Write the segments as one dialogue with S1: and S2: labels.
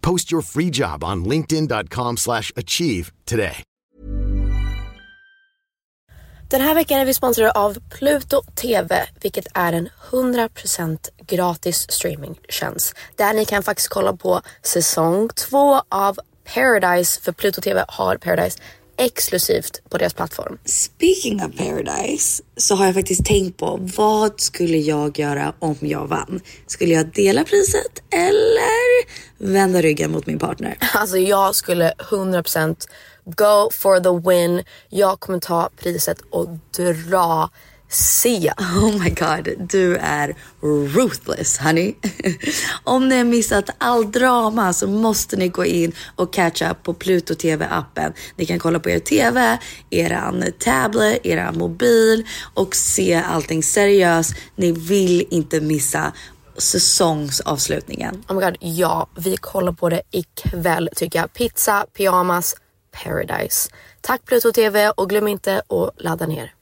S1: Post your free job on linkedin.com/achieve slash achieve today.
S2: Den här veckan är vi sponsrade av Pluto TV, vilket är en 100% gratis streamingtjänst. Där ni kan faktiskt kolla på säsong två av Paradise, för Pluto TV har Paradise exklusivt på deras plattform.
S3: Speaking of paradise så har jag faktiskt tänkt på vad skulle jag göra om jag vann? Skulle jag dela priset eller vända ryggen mot min partner?
S2: Alltså jag skulle 100% go for the win. Jag kommer ta priset och dra se.
S3: Oh my god, du är ruthless honey. Om ni har missat all drama så måste ni gå in och catch up på Pluto TV appen. Ni kan kolla på er TV, eran tablet, eran mobil och se allting seriöst. Ni vill inte missa säsongsavslutningen.
S2: Oh my god, ja, vi kollar på det ikväll tycker jag. Pizza, pyjamas, paradise. Tack Pluto TV och glöm inte att ladda ner.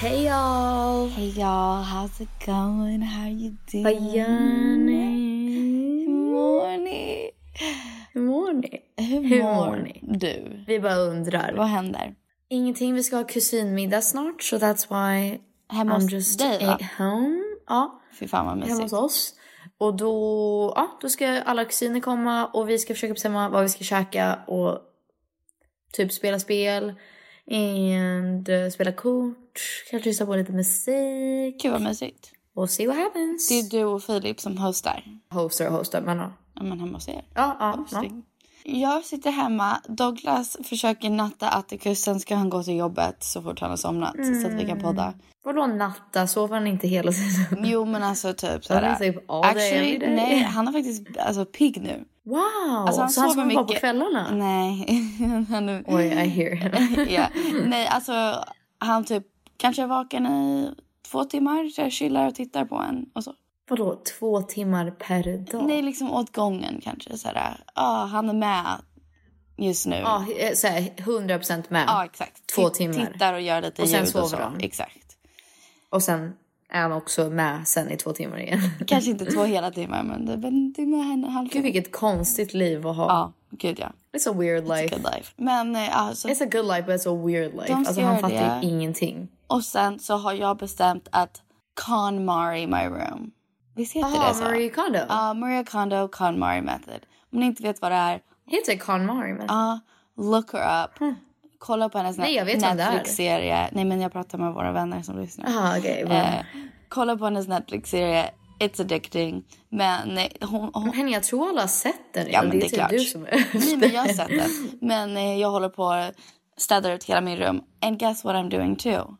S3: Hej y'all!
S4: Hey y'all, how's it going? How you doing?
S3: Vad gör ni?
S4: Hur mår ni?
S3: Hur mår ni?
S4: Hur mår ni? du?
S3: Vi bara undrar.
S4: Vad händer?
S3: Ingenting, vi ska ha kusinmiddag snart så that's why
S4: Hemma hos dig va?
S3: home. Ja,
S4: Fy fan vad
S3: hemma hos
S4: mysigt.
S3: oss. Och då, ja, då ska alla kusiner komma och vi ska försöka bestämma vad vi ska käka och typ spela spel. And eh, spela kort, kanske lyssna på lite musik.
S4: Gud vad mysigt.
S3: Och see what happens.
S4: Det är du och Filip som hostar.
S3: Hostar och hostar, men ja.
S4: Ja men hemma hos er.
S3: Ja, ja, ja.
S4: Hosting. Jag sitter hemma. Douglas försöker natta Atticus. Sen ska han gå till jobbet så fort han har somnat. Så att vi
S3: Mm.
S4: kan podda.
S3: Vadå natta? Sover han inte hela tiden?
S4: Jo men alltså typ
S3: Douglas är
S4: såhär.
S3: typ all day, every day.
S4: nej han har faktiskt alltså pigg nu.
S3: Wow!
S4: Alltså, han
S3: så han
S4: sover
S3: sover bara på
S4: mycket.
S3: kvällarna?
S4: Nej. han är...
S3: Oj, I hear.
S4: ja. Nej, alltså han typ kanske är vaken i två timmar, så här, chillar och tittar på en och så.
S3: Vadå, två timmar per dag?
S4: Nej, liksom åt gången kanske så här. Ja, han är med just nu. Ja,
S3: Ja, eh, såhär 100% med.
S4: exakt.
S3: två
S4: Titt-
S3: timmar.
S4: Tittar och gör lite
S3: Och sen
S4: ljud
S3: sover
S4: och så.
S3: han.
S4: Exakt.
S3: Och sen är han också med sen i två timmar igen.
S4: Kanske inte två hela timmar, men det, men det är med henne halv.
S3: Gud vilket konstigt liv att ha.
S4: Ja, gud ja.
S3: It's a weird life.
S4: Good life. Men eh, ja, så
S3: It's a good life but it's a weird life.
S4: ska
S3: Alltså han
S4: göra
S3: fattar
S4: det.
S3: ju ingenting.
S4: och sen så har jag bestämt att con Mari my room. Visst heter
S3: Jaha,
S4: det så?
S3: Marie Kondo.
S4: Ja, Maria Kondo Con Mari method. Om ni inte vet vad det är,
S3: Heter Con Mari men...
S4: Ja, look her up. kolla på hennes
S2: Nej, jag vet vem det är.
S4: Netflix-serie. Nej men jag pratar med våra vänner som lyssnar.
S5: Jaha, okej. vad-
S4: Eh, kolla på hennes Netflix-serie It's addicting. Men eh, hon, hon,
S2: Men jag tror alla har sett den
S4: Ja,
S2: redan.
S4: men det är
S2: typ
S4: klart.
S2: du som
S4: Nej, men jag har sett den. Men eh, jag håller på att städa ut hela mitt rum. And guess what I'm doing too?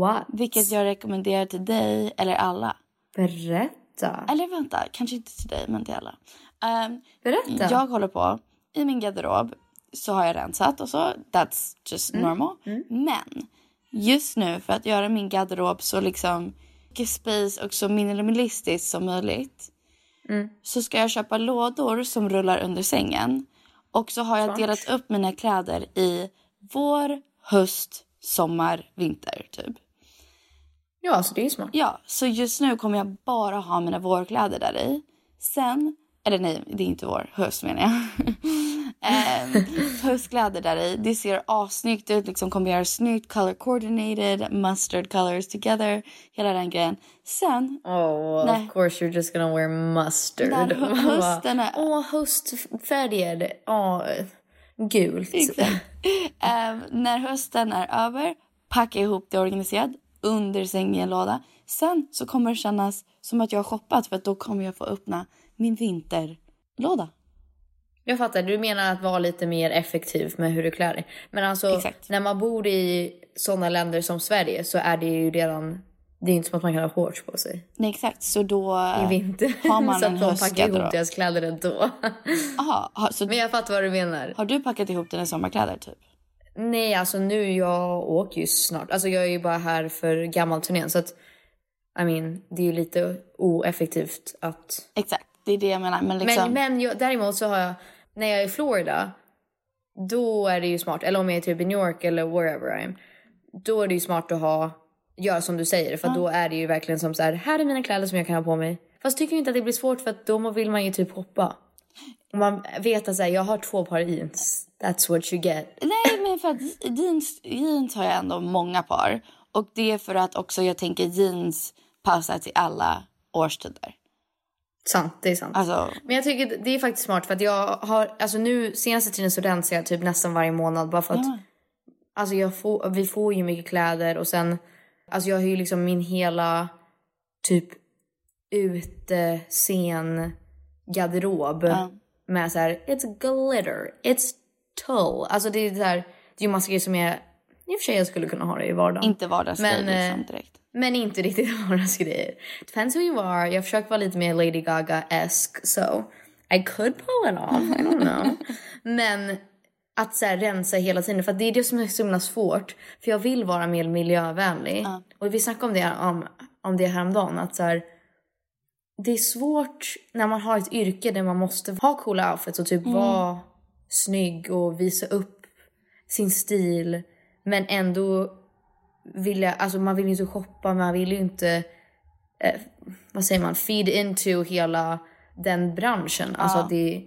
S2: What?
S4: Vilket jag rekommenderar till dig eller alla.
S2: Berätta.
S4: Eller vänta, kanske inte till dig men till alla. Ehm,
S2: Berätta.
S4: jag håller på, i min garderob så har jag rensat och så, that's just normal. Men just nu för att göra min garderob så liksom mycket space och så minimalistisk som möjligt. Så ska jag köpa lådor som rullar under sängen. Och så har jag delat upp mina kläder i vår, höst, sommar, vinter typ.
S2: Ja, så det är ju smart.
S4: Ja, så just nu kommer jag bara ha mina vårkläder där i. Sen, eller nej, det är inte vår, höst menar jag. Ehm, höstkläder där i. Det ser assnyggt ut, liksom kommer göra snyggt, color coordinated, mustard colors together, hela den grejen. Sen,
S2: Oh,
S4: Nej.
S2: of course you're just gonna wear mustard.
S4: När hö- hösten är-
S2: Åh, oh, höstfärger. Åh, gult.
S4: Exakt. ehm, när hösten är över, packa ihop det organiserat under sängen i en låda. Sen så kommer det kännas som att jag har shoppat för att då kommer jag få öppna min vinterlåda.
S2: Jag fattar, du menar att vara lite mer effektiv med hur du klär dig. Men alltså,
S4: Exakt.
S2: när man bor i sådana länder som Sverige så är det ju redan... Det är inte som att man kan ha shorts på sig
S4: Nej exakt, så då
S2: i vinter.
S4: Äh, har man
S2: så
S4: en
S2: att de packar ihop
S4: höstgarderob.
S2: deras kläder ändå.
S4: Aha, har, så
S2: Men jag fattar vad du menar.
S4: har du packat ihop dina sommarkläder typ?
S2: Nej, alltså nu jag åker ju snart. Alltså jag är ju bara här för gammalturnén så att... I mean, det är ju lite oeffektivt att
S4: Exakt, det är det jag menar. Men liksom,
S2: Men, men jag, däremot så har jag, när jag är i Florida, då är det ju smart. Eller om jag är typ i New York eller wherever I am. Då är det ju smart att ha, göra som du säger. För att då är det ju verkligen som så här, här är mina kläder som jag kan ha på mig. Fast tycker jag inte att det blir svårt för att då vill man ju typ hoppa. Och man vet att så här, jag har två par jeans. That's what you get.
S4: Nej men för att jeans, jeans har jag ändå många par. Och det är för att också jag tänker jeans passar till alla årstider.
S2: Sant, det är sant.
S4: Alltså,
S2: Men jag tycker det är faktiskt smart för att jag har, alltså nu senaste tiden så rensar jag typ nästan varje månad bara för att Alltså jag får, vi får ju mycket kläder och sen, alltså jag har ju liksom min hela typ utescen garderob med så här, it's glitter, it's tull. Alltså det är så här, det är ju massa grejer som jag, i och för sig jag skulle kunna ha det i vardagen.
S4: inte vardagsgrej
S2: Men, eh,
S4: liksom direkt.
S2: Men inte riktigt vardagsgrejer. Depends who you are. Jag försöker vara lite mer Lady Gaga-esk. So I could pull it off. I don't know. men att så här, rensa hela tiden. För att det är det som är så himla svårt. För jag vill vara mer miljövänlig. Och vi snackade om det, om, om det häromdagen. Att så här, det är svårt när man har ett yrke där man måste ha coola outfits och
S4: Mm.
S2: typ vara snygg och visa upp sin stil. Men ändå vilja, alltså man vill ju inte shoppa, man vill ju inte, eh, vad säger man, feed into hela den branschen. Alltså det,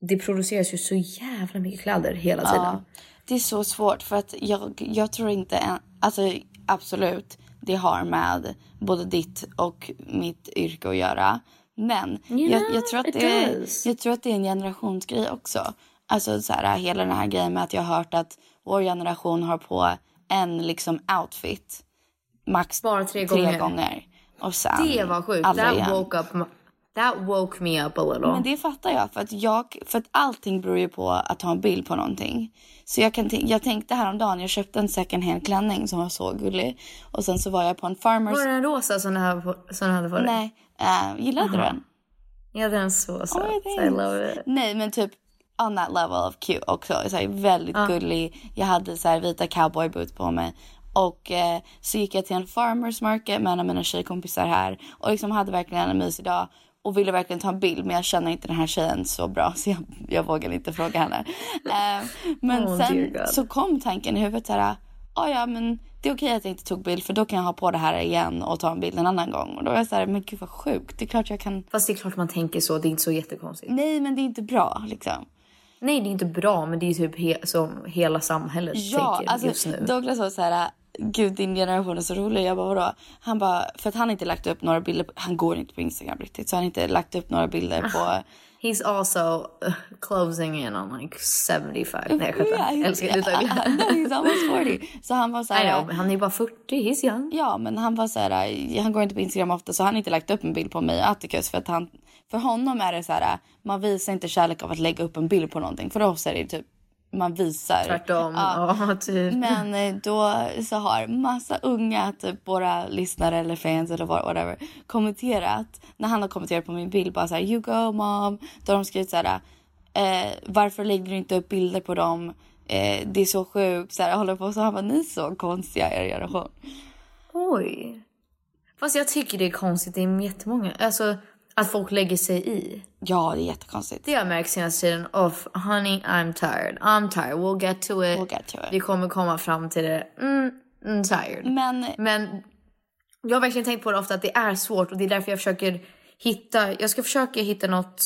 S2: det produceras ju så jävla mycket kläder hela tiden.
S4: Det är så svårt för att jag, jag tror inte en, alltså absolut det har med både ditt och mitt yrke att göra. Men jag,
S2: know,
S4: jag, tror att
S2: it
S4: det är,
S2: does.
S4: jag tror att det är en generationsgrej också. Alltså så här, hela den här grejen med att jag har hört att vår generation har på en liksom outfit max
S2: Bara tre gånger.
S4: Och sen
S2: Det var sjukt,
S4: aldrig
S2: that
S4: igen.
S2: woke, up, my- that woke me up a little.
S4: Men det fattar jag för att, jag, för att allting beror ju på att ta en bild på någonting. Så jag, kan tän- jag tänkte häromdagen, jag köpte en second hand klänning som var så gullig. Och sen så var jag på en farmers...
S2: Var det en rosa som du hade på, som du hade på dig?
S4: Nej, eh, gillade
S3: Mm-hmm.
S4: du den? Oh
S2: Ja, den är så söt.
S4: Oj,
S2: I
S4: thanks.
S2: love it.
S4: Nej men typ on that level of cute också. Så här, väldigt
S2: Ah.
S4: gullig. Jag hade så här, vita cowboyboots på mig. Och eh, så gick jag till en farmers market med en av mina tjejkompisar här. Och liksom hade verkligen en mysig dag. Och ville verkligen ta en bild men jag känner inte den här tjejen så bra så jag, jag vågade inte fråga henne. Eh, men
S2: Oh,
S4: sen
S2: dear God.
S4: så kom tanken i huvudet så här. "Ah, ja men det är okej att jag inte tog bild för då kan jag ha på det här igen och ta en bild en annan gång. Och då var jag så här, men gud vad sjukt. Det är klart jag kan.
S2: Fast det är klart man tänker så, det är inte så jättekonstigt.
S4: Nej men det är inte bra liksom.
S2: Nej, det är inte bra, men det är ju typ he- som hela samhället
S4: Ja,
S2: tänker
S4: alltså
S2: just nu.
S4: Douglas var så här, gud din generation är så rolig. Jag bara vadå? Han Ah, bara, för att han inte lagt upp några bilder, på, han går inte på Instagram riktigt, så han har inte lagt upp några bilder på He's also uh, closing in on like 75. Nej jag skämtar.
S3: Yeah,
S4: Älskar det.
S3: yeah. He's almost 40. Så han var så
S4: I
S3: här,
S4: know, men han är bara 40, he's young.
S3: Ja, men han var så här, han går inte på Instagram ofta så han har inte lagt upp en bild på mig och Atticus för att han, för honom är det så här, man visar inte kärlek av att lägga upp en bild på någonting. För oss är det typ, man visar.
S4: Tvärtom.
S3: Ja.
S4: Ja, typ.
S3: Men eh, då så har massa unga, typ våra lyssnare eller fans eller vad- whatever, kommenterat. När han har kommenterat på min bild bara så här, you go mom. Då har de skrivit så här, eh, varför lägger du inte upp bilder på dem? Eh, det är så sjukt. Så här, håller på så han bara, ni är så konstiga er generation.
S4: Oj. Fast jag tycker det är konstigt, det är jättemånga. Alltså att folk lägger sig i.
S3: Ja, det är jättekonstigt.
S4: Det har jag märkt senaste tiden. Of honey I'm tired, I'm tired, we'll get to it.
S3: We'll get to it.
S4: Vi kommer komma fram till det. Mm, mm tired.
S3: Men
S4: Men jag har verkligen tänkt på det ofta att det är svårt och det är därför jag försöker hitta, jag ska försöka hitta något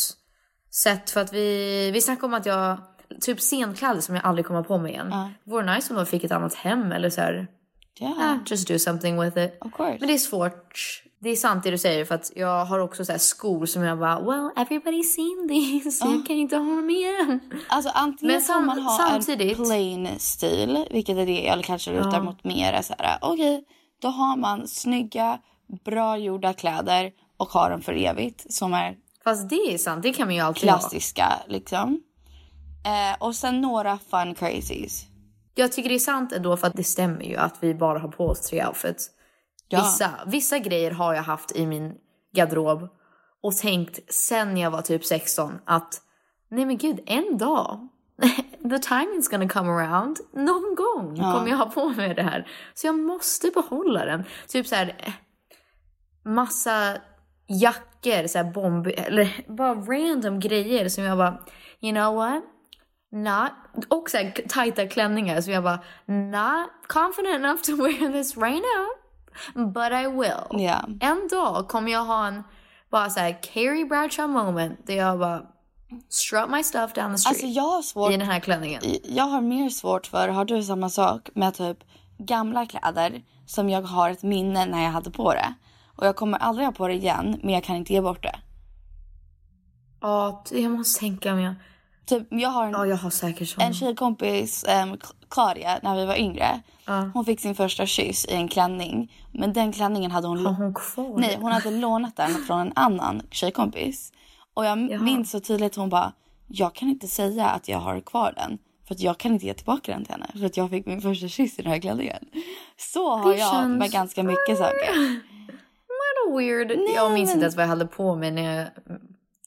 S4: sätt för att vi, vi snackade om att jag, typ scenkläder som jag aldrig kommer på mig igen.
S3: Ja.
S4: Det vore nice om de fick ett annat hem eller så här.
S3: ja,
S4: Ah, just do something with it.
S3: of course.
S4: Men det är svårt. Det är sant det du säger för att jag har också så här skor som jag bara well everybody's seen this, jag kan inte ha dem igen.
S3: alltså antingen
S4: Men
S3: får
S4: sam-
S3: man ha
S4: samtidigt-
S3: en plain stil, vilket är det jag kanske lutar mot mer. är Så här, okej, då har man snygga, bra gjorda kläder och har dem för evigt som är
S4: Fast det är sant, det kan man ju alltid ha.
S3: klassiska liksom. Eh, och sen några fun crazies.
S4: Jag tycker det är sant ändå för att det stämmer ju att vi bara har på oss tre outfits.
S3: Ja.
S4: Vissa, vissa grejer har jag haft i min garderob och tänkt sen jag var typ 16 att nej men gud, en dag the timing's gonna come around. Någon gång kommer jag ha på mig det här. Så jag måste behålla den. Typ så här eh, massa jackor, så här bomb eller bara random grejer som jag bara you know what? Not, och så här tajta klänningar som jag bara not confident enough to wear this right now. But I will.
S3: Ja.
S4: En dag kommer jag ha en bara så här Carrie Bradshaw moment där jag bara strut my stuff down the street
S3: Alltså jag har svårt
S4: i den här klänningen.
S3: jag har mer svårt för, har du samma sak med typ gamla kläder som jag har ett minne när jag hade på det. Och jag kommer aldrig ha på det igen men jag kan inte ge bort det.
S4: Ja, t- jag måste tänka om jag...
S3: Typ jag har en,
S4: Ja, jag har säkert sån.
S3: en tjejkompis, um, Claria, när vi var yngre. Hon fick sin första kyss i en klänning. Men den klänningen hade hon...
S4: Har hon kvar
S3: Nej, hon hade lånat den från en annan tjejkompis. Och jag minns så tydligt hon bara, jag kan inte säga att jag har kvar den. För att jag kan inte ge tillbaka den till henne. För att jag fick min första kyss i den här klänningen. Så har
S4: Det
S3: jag med
S4: känns-
S3: ganska mycket saker.
S4: What a weird... jag minns inte ens vad jag hade på mig när jag,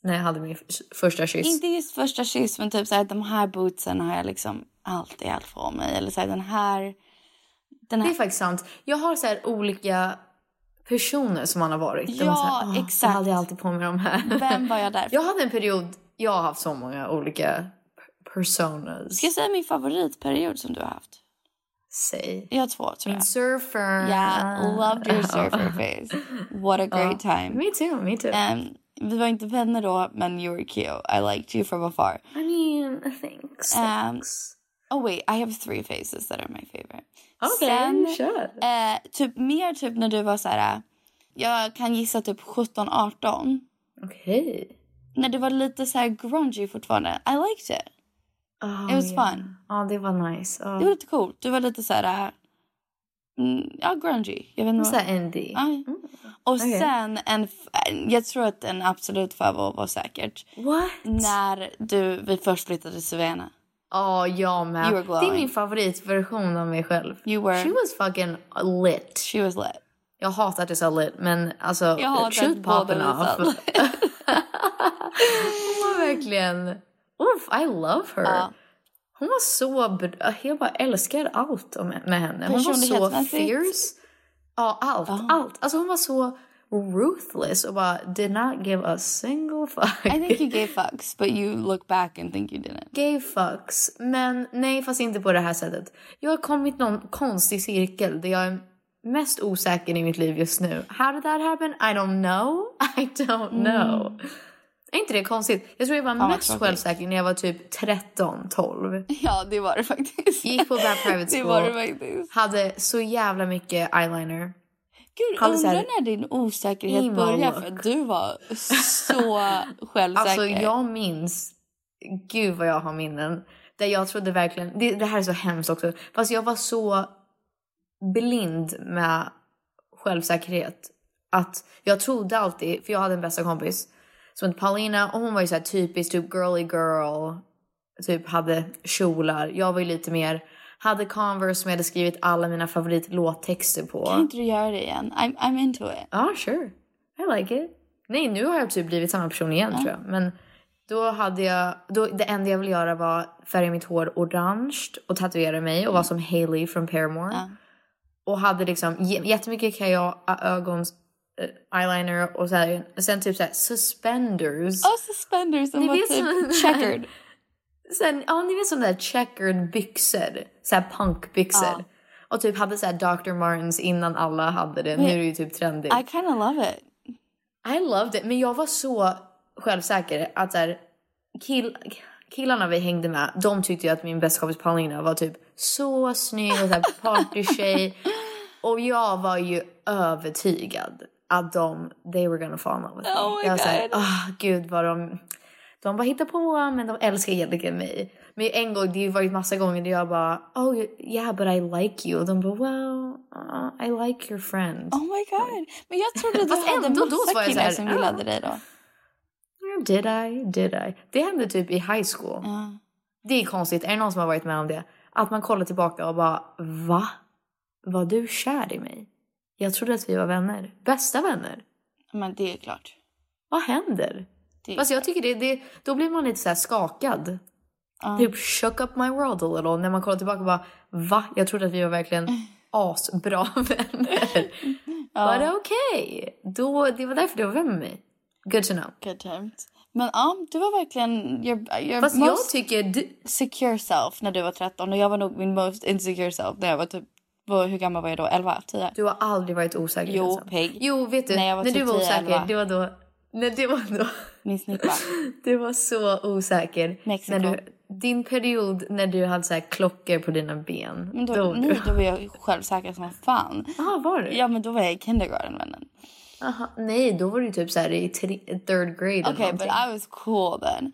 S4: när jag hade min f- första kyss.
S3: Inte just första kyss men typ såhär de här bootsen har jag liksom alltid haft på mig. Eller såhär den här. Den
S4: Det
S3: här.
S4: är faktiskt sant. Jag har så här olika personer som man har varit.
S3: Ja,
S4: Där man så här, "Åh, Jag
S3: exakt.
S4: hade alltid på mig de här.
S3: Vem var jag där för?
S4: Jag hade en period... Jag har haft så många olika p- personas.
S3: Ska jag säga min favoritperiod som du har haft?
S4: Säg.
S3: Jag har två tror jag.
S4: Min surfer.
S3: Yeah, loved your surfer face. What a great time.
S4: Me too, me too.
S3: Um, vi var inte vänner då men you were cute. I liked you from afar.
S4: I mean, thanks.
S3: Um,
S4: thanks.
S3: oh wait, I have three faces that are my favorite.
S4: Okej,
S3: sen-
S4: kör.
S3: Eh, typ mer typ när du var så här. jag kan gissa typ 17, 18.
S4: Okej.
S3: När du var lite så här grungy fortfarande. I liked it.
S4: Oh,
S3: It was
S4: yeah.
S3: fun.
S4: Ja, det var nice. Oh. Ja.
S3: Det var lite coolt. Du var lite så här... äh, Mm, ja, grungy. Jag vet inte
S4: Så
S3: vad.
S4: här indie.
S3: Ja. Och
S4: okej.
S3: sen en... f- Jag tror att en absolut favorit var säkert
S4: What?
S3: när du, vi först flyttade till Svena.
S4: Ja, jag med.
S3: You were glowing.
S4: Det är min favoritversion av mig själv.
S3: You were-
S4: She was fucking lit.
S3: She was lit.
S4: Jag hatar att jag sa lit, men alltså...
S3: Jag hatar att
S4: truth
S3: båda
S4: popping
S3: vi
S4: off.
S3: sa
S4: Hon var verkligen... Oof, I love her.
S3: Ja.
S4: Hon var så... br- Jag bara älskar allt om- med henne. Hon var så
S3: Personlighetsmässigt.
S4: fierce. Ja, allt. Allt. Alltså hon var så ruthless och bara did not give a single fuck.
S3: I think you gave fucks but you look back and think you didn't.
S4: gay fucks. Men nej, fast inte på det här sättet. Jag har kommit någon konstig cirkel där jag är mest osäker i mitt liv just nu. How did that happen? I don't know. I don't know. Är inte det konstigt? Jag tror jag var
S3: vad
S4: mest
S3: tråkigt.
S4: självsäker när jag var typ 13, 12.
S3: Ja, det var det faktiskt.
S4: Gick på bad private
S3: Det
S4: school.
S3: var det faktiskt.
S4: Hade så jävla mycket eyeliner.
S3: Gud,
S4: Hade så
S3: undrar
S4: här-
S3: när din osäkerhet
S4: Emo
S3: började för
S4: look.
S3: att du var så självsäker.
S4: Alltså jag minns, gud vad jag har minnen. Där jag trodde verkligen, det, det här är så hemskt också. Fast jag var så blind med självsäkerhet. Att jag trodde alltid, för jag hade en bästa kompis som hette Paulina och hon var ju så här typisk typ girly girl. Typ hade kjolar. Jag var ju lite mer, hade Converse som jag hade skrivit alla mina favoritlåttexter på.
S3: Kan inte du göra det igen? I'm, I'm into it.
S4: Ja, sure. I like it. Nej, nu har jag typ blivit samma person igen tror jag. Men då hade jag, då, det enda jag ville göra var färga mitt hår orange och tatuera mig
S3: Mm.
S4: och vara som Hailey från Paramore. Och hade liksom j- jättemycket kajal, ögon, eh, eyeliner och så här, sen typ så här suspenders.
S3: Och suspenders som
S4: Ni
S3: var
S4: vet
S3: typ
S4: såna-
S3: checkered.
S4: Sen, ja ni vet sådana där checkered byxor, såhär punkbyxor.
S3: Ja.
S4: Och typ hade såhär Dr. Martens innan alla hade det, nu är det ju typ trendigt.
S3: I kinda love it.
S4: I loved it. Men jag var så självsäker att så här, kill, killarna vi hängde med, de tyckte ju att min bästa kompis Paulina var typ så snygg och så här partytjej. och jag var ju övertygad att de, they were gonna fall in love with me.
S3: Oh my
S4: jag var såhär,
S3: God.
S4: ah gud vad de, de bara hittar på men de älskar egentligen mig. Men en gång, det har ju varit massa gånger där jag bara, oh yeah but I like you. Och de bara, well, uh, I like your friend.
S3: Oh my god. Men jag trodde du
S4: Fast
S3: hade
S4: ändå, då så var
S3: massa
S4: jag så
S3: killar
S4: här,
S3: som
S4: ah.
S3: gillade dig då.
S4: Did I? Did I? Det hände typ i high school. Det är konstigt. Är det någon som har varit med om det? Att man kollar tillbaka och bara va? Var du kär i mig? Jag trodde att vi var vänner. Bästa vänner.
S3: Men det är klart.
S4: Vad händer?
S3: Det är
S4: Fast jag tycker det, det då blir man lite så här skakad. Typ shook up my world a little när man kollar tillbaka och bara va? Jag trodde att vi var verkligen asbra vänner. But okay. Då, det var därför du var vän med mig. Good to know.
S3: Good times. Men ja, du var verkligen your, your
S4: Fast jag
S3: most
S4: tycker du,
S3: secure self när du var 13 och jag var nog min most insecure self när jag var typ, var, hur gammal var jag då? 11? 10?
S4: Du har aldrig varit osäker.
S3: Jo,
S4: Elsa.
S3: Peg.
S4: Jo, vet du.
S3: När jag var
S4: när du
S3: typ
S4: var
S3: 10,
S4: osäker,
S3: 11.
S4: det var då... När det var då...
S3: Min snippa.
S4: Du var så osäker.
S3: Mexiko.
S4: När du, din period när du hade så här klockor på dina ben.
S3: Men då,
S4: var du...
S3: nej, då var jag självsäker som fan.
S4: Ah, var du?
S3: Ja men då var jag i kindergarten vännen.
S4: Aha, nej, då var du typ så här i tre, third grade eller
S3: Okej, but
S4: någonting.
S3: I was cool then.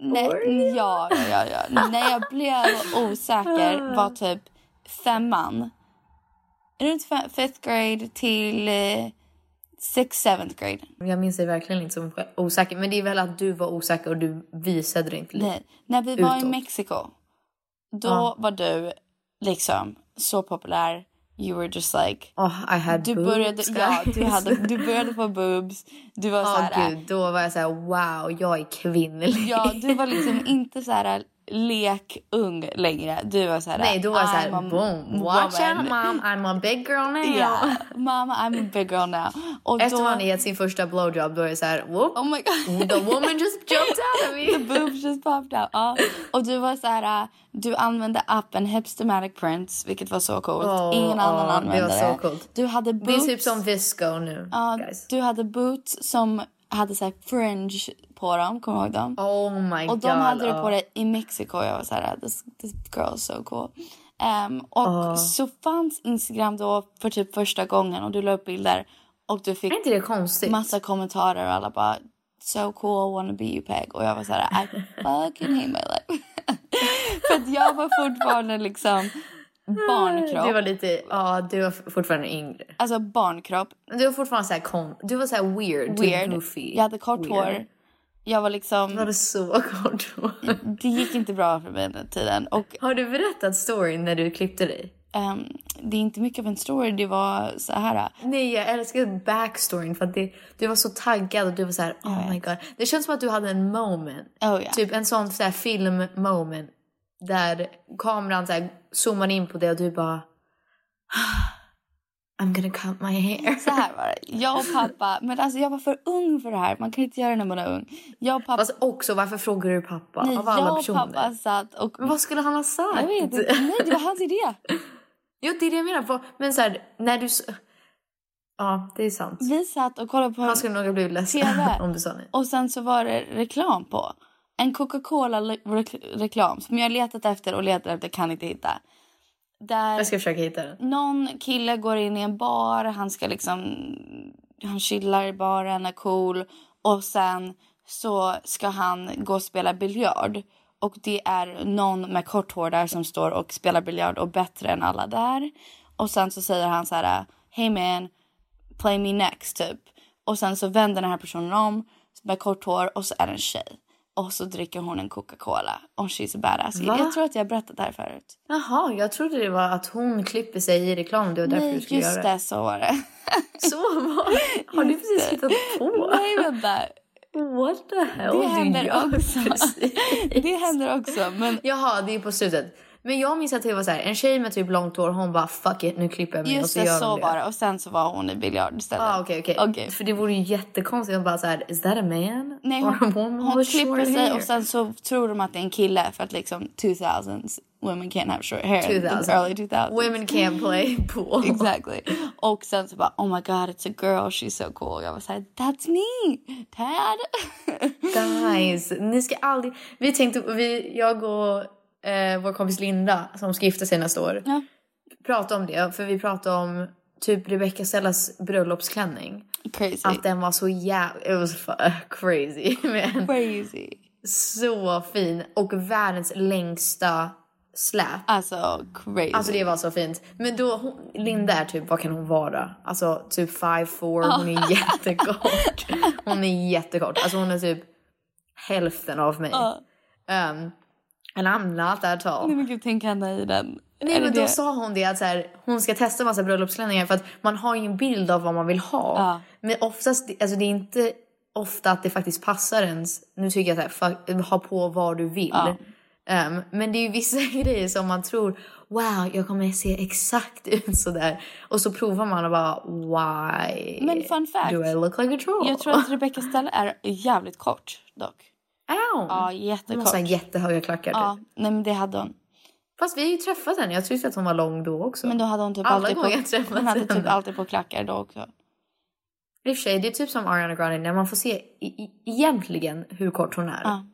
S3: Nej,
S4: Were you?
S3: ja, ja, ja, ja. När jag blev
S4: Ah.
S3: osäker var typ femman. Runt fe- fifth grade till eh, sixth, seventh grade.
S4: Jag minns dig verkligen inte som själv- osäker. Men det är väl att du var osäker och du visade det inte.
S3: Nej, när vi var i
S4: Utåt. Ah.
S3: Mexiko. Då
S4: Ja.
S3: var du liksom så populär. You were just like...
S4: Oh, I had
S3: Du
S4: boobs,
S3: började, ja,
S4: guys.
S3: du, hade, du började få boobs. Du var så
S4: Ja,
S3: här, äh.
S4: gud. Då var jag så här, wow, jag är kvinnlig.
S3: Ja, du var liksom inte så här lekung längre. Du var så här...
S4: Nej, då var det så här,
S3: "I'm a
S4: boom, watch
S3: woman."
S4: out mom, I'm a big girl now.
S3: Ja, mamma I'm a big girl now. Och
S4: Efter
S3: då,
S4: man har gett sin första blowjob då är det så här, whoop,
S3: Oh my god.
S4: the woman just jumped out of
S3: The
S4: me.
S3: boobs just popped out. Ja. Och du var så här, äh, du använde appen Hepstomatic Prints, vilket var så coolt.
S4: Åh,
S3: Ingen annan
S4: åh, det
S3: använde
S4: var
S3: det.
S4: så coolt.
S3: Du hade
S4: Det är
S3: boots.
S4: typ som Visco nu,
S3: ja,
S4: guys.
S3: du hade boots som hade så här fringe på dem, kommer du ihåg dem?
S4: Oh my god.
S3: Och de hade du
S4: ja.
S3: på dig i Mexiko. Jag var så här, this, this girl is so cool. Ehm, och så fanns Instagram då för typ första gången och du la upp bilder och du fick
S4: Är inte det konstigt?
S3: massa kommentarer och alla bara so cool, wanna be you Peg. Och jag var så här, I fucking hate my life. för att jag var fortfarande liksom
S4: Du var
S3: barnkropp.
S4: lite, ja du var fortfarande yngre.
S3: Alltså barnkropp,
S4: Men Du var fortfarande så här kon, du var så här weird, typ
S3: weird.
S4: goofy.
S3: Jag hade kort hår. Jag var
S4: Du hade
S3: liksom,
S4: så kort hår.
S3: det gick inte bra för mig den tiden. Och
S4: Har du berättat storyn när du klippte dig?
S3: Ehm, det är inte mycket av en story, det var så här.
S4: Nej, jag älskar backstoryn för att det, du var så taggad och du var så här, oh my god. Det känns som att du hade en moment.
S3: Oh, ja.
S4: Typ en sån så här, film moment. Där kameran så här, zoomar in på dig och du bara, "Ah, I'm gonna cut my hair.
S3: Så här var det. Jag och pappa, men alltså jag var för ung för det här. Man kan inte göra det när man är ung. Jag och pappa,
S4: Fast också, varför frågar du pappa
S3: nej,
S4: av alla
S3: jag och
S4: personer?
S3: pappa satt och...
S4: Men vad skulle han ha sagt?
S3: Jag vet inte. Nej, det var hans idé.
S4: Jo, det är det jag menar. Vad- Men så här, när du... s- Ja, det är sant.
S3: Vi satt och kollade på
S4: Han skulle nog ha blivit ledsen
S3: TV.
S4: om du sa nej.
S3: Och sen så var det reklam på. En Coca-Cola-reklam som jag letat efter och letat efter kan inte hitta. Där
S4: Jag ska försöka hitta den.
S3: någon kille går in i en bar, han ska liksom... Han chillar i baren, är cool. Och sen så ska han gå och spela biljard. Och det är någon med kort hår där som står och spelar biljard och bättre än alla där. Och sen så säger han så här, hey man, play me next typ. Och sen så vänder den här personen om med kort hår och så är det en tjej. Och så dricker hon en Coca-Cola. Och she's a badass.
S4: Va?
S3: Jag tror att jag har berättat det här förut.
S4: Jaha, jag trodde det var att hon klipper sig i reklam. Det var därför du
S3: Nej,
S4: skulle
S3: just
S4: göra det.
S3: det, så var det.
S4: Så var det. Har du precis hittat på?
S3: Nej, vänta.
S4: What the hell?
S3: Det händer
S4: gör
S3: också.
S4: precis.
S3: Det händer också. Men
S4: Jaha, det är på slutet. Men jag minns att det var så här, en tjej med typ långt hår, hon bara fuck it, nu klipper jag mig och
S3: just
S4: så
S3: det,
S4: gör
S3: så
S4: hon
S3: var
S4: det.
S3: det. Och sen så var hon i biljard istället.
S4: Ah, okej, okej.
S3: Okej.
S4: För det vore ju jättekonstigt om bara så här, is that a man?
S3: Nej,
S4: Or a
S3: hon,
S4: woman
S3: hon
S4: with short
S3: klipper sig
S4: hair?
S3: och sen så tror de att det är en kille för att liksom 2000s women can't have short hair.
S4: 2000.
S3: Early 2000s.
S4: Women can't play pool.
S3: Exactly. Och sen så bara oh my god it's a girl she's so cool. Jag var såhär that's me Tad.
S4: Guys, ni ska aldrig... Vi tänkte, vi, jag och eh, vår kompis Linda som ska gifta sig nästa år.
S3: Ja.
S4: Prata om det, för vi pratade om typ Rebecca Sellas bröllopsklänning.
S3: Crazy.
S4: Att den var så jävla... It was fu- crazy. Men
S3: Crazy.
S4: så fin. Och världens längsta släp.
S3: Alltså crazy.
S4: Alltså det var så fint. Men då, hon, Linda är typ, vad kan hon vara? Alltså typ 5'4, hon är jättekort. Hon är jättekort. Alltså hon är typ hälften av mig. Um, and I'm not that tall.
S3: Nej men gud tänk henne i den.
S4: Nej
S3: Är
S4: men
S3: det
S4: då
S3: det?
S4: sa hon det att så här, hon ska testa massa bröllopsklänningar för att man har ju en bild av vad man vill ha.
S3: Ja.
S4: Men oftast, alltså det är inte ofta att det faktiskt passar ens. Nu tycker jag så här, fuck, ha på vad du vill. Ehm, men det är ju vissa grejer som man tror, wow jag kommer se exakt ut sådär. Och så provar man och bara why
S3: Men fun fact.
S4: do I look like a troll?
S3: Jag tror att Rebecca Stella är jävligt kort dock.
S4: Ow!
S3: Ja,
S4: Hon
S3: jättekort.
S4: måste ha jättehöga klackar
S3: Ja,
S4: typ.
S3: nej men det hade hon.
S4: Fast vi har ju träffat henne, jag tyckte att hon var lång då också.
S3: Men då hade hon typ
S4: Alla
S3: alltid på,
S4: gånger jag träffat
S3: hon hade typ
S4: henne.
S3: alltid på klackar då också.
S4: I och för sig, det är typ som Ariana Grande när man får se i, i, egentligen hur kort hon är.
S3: Ja.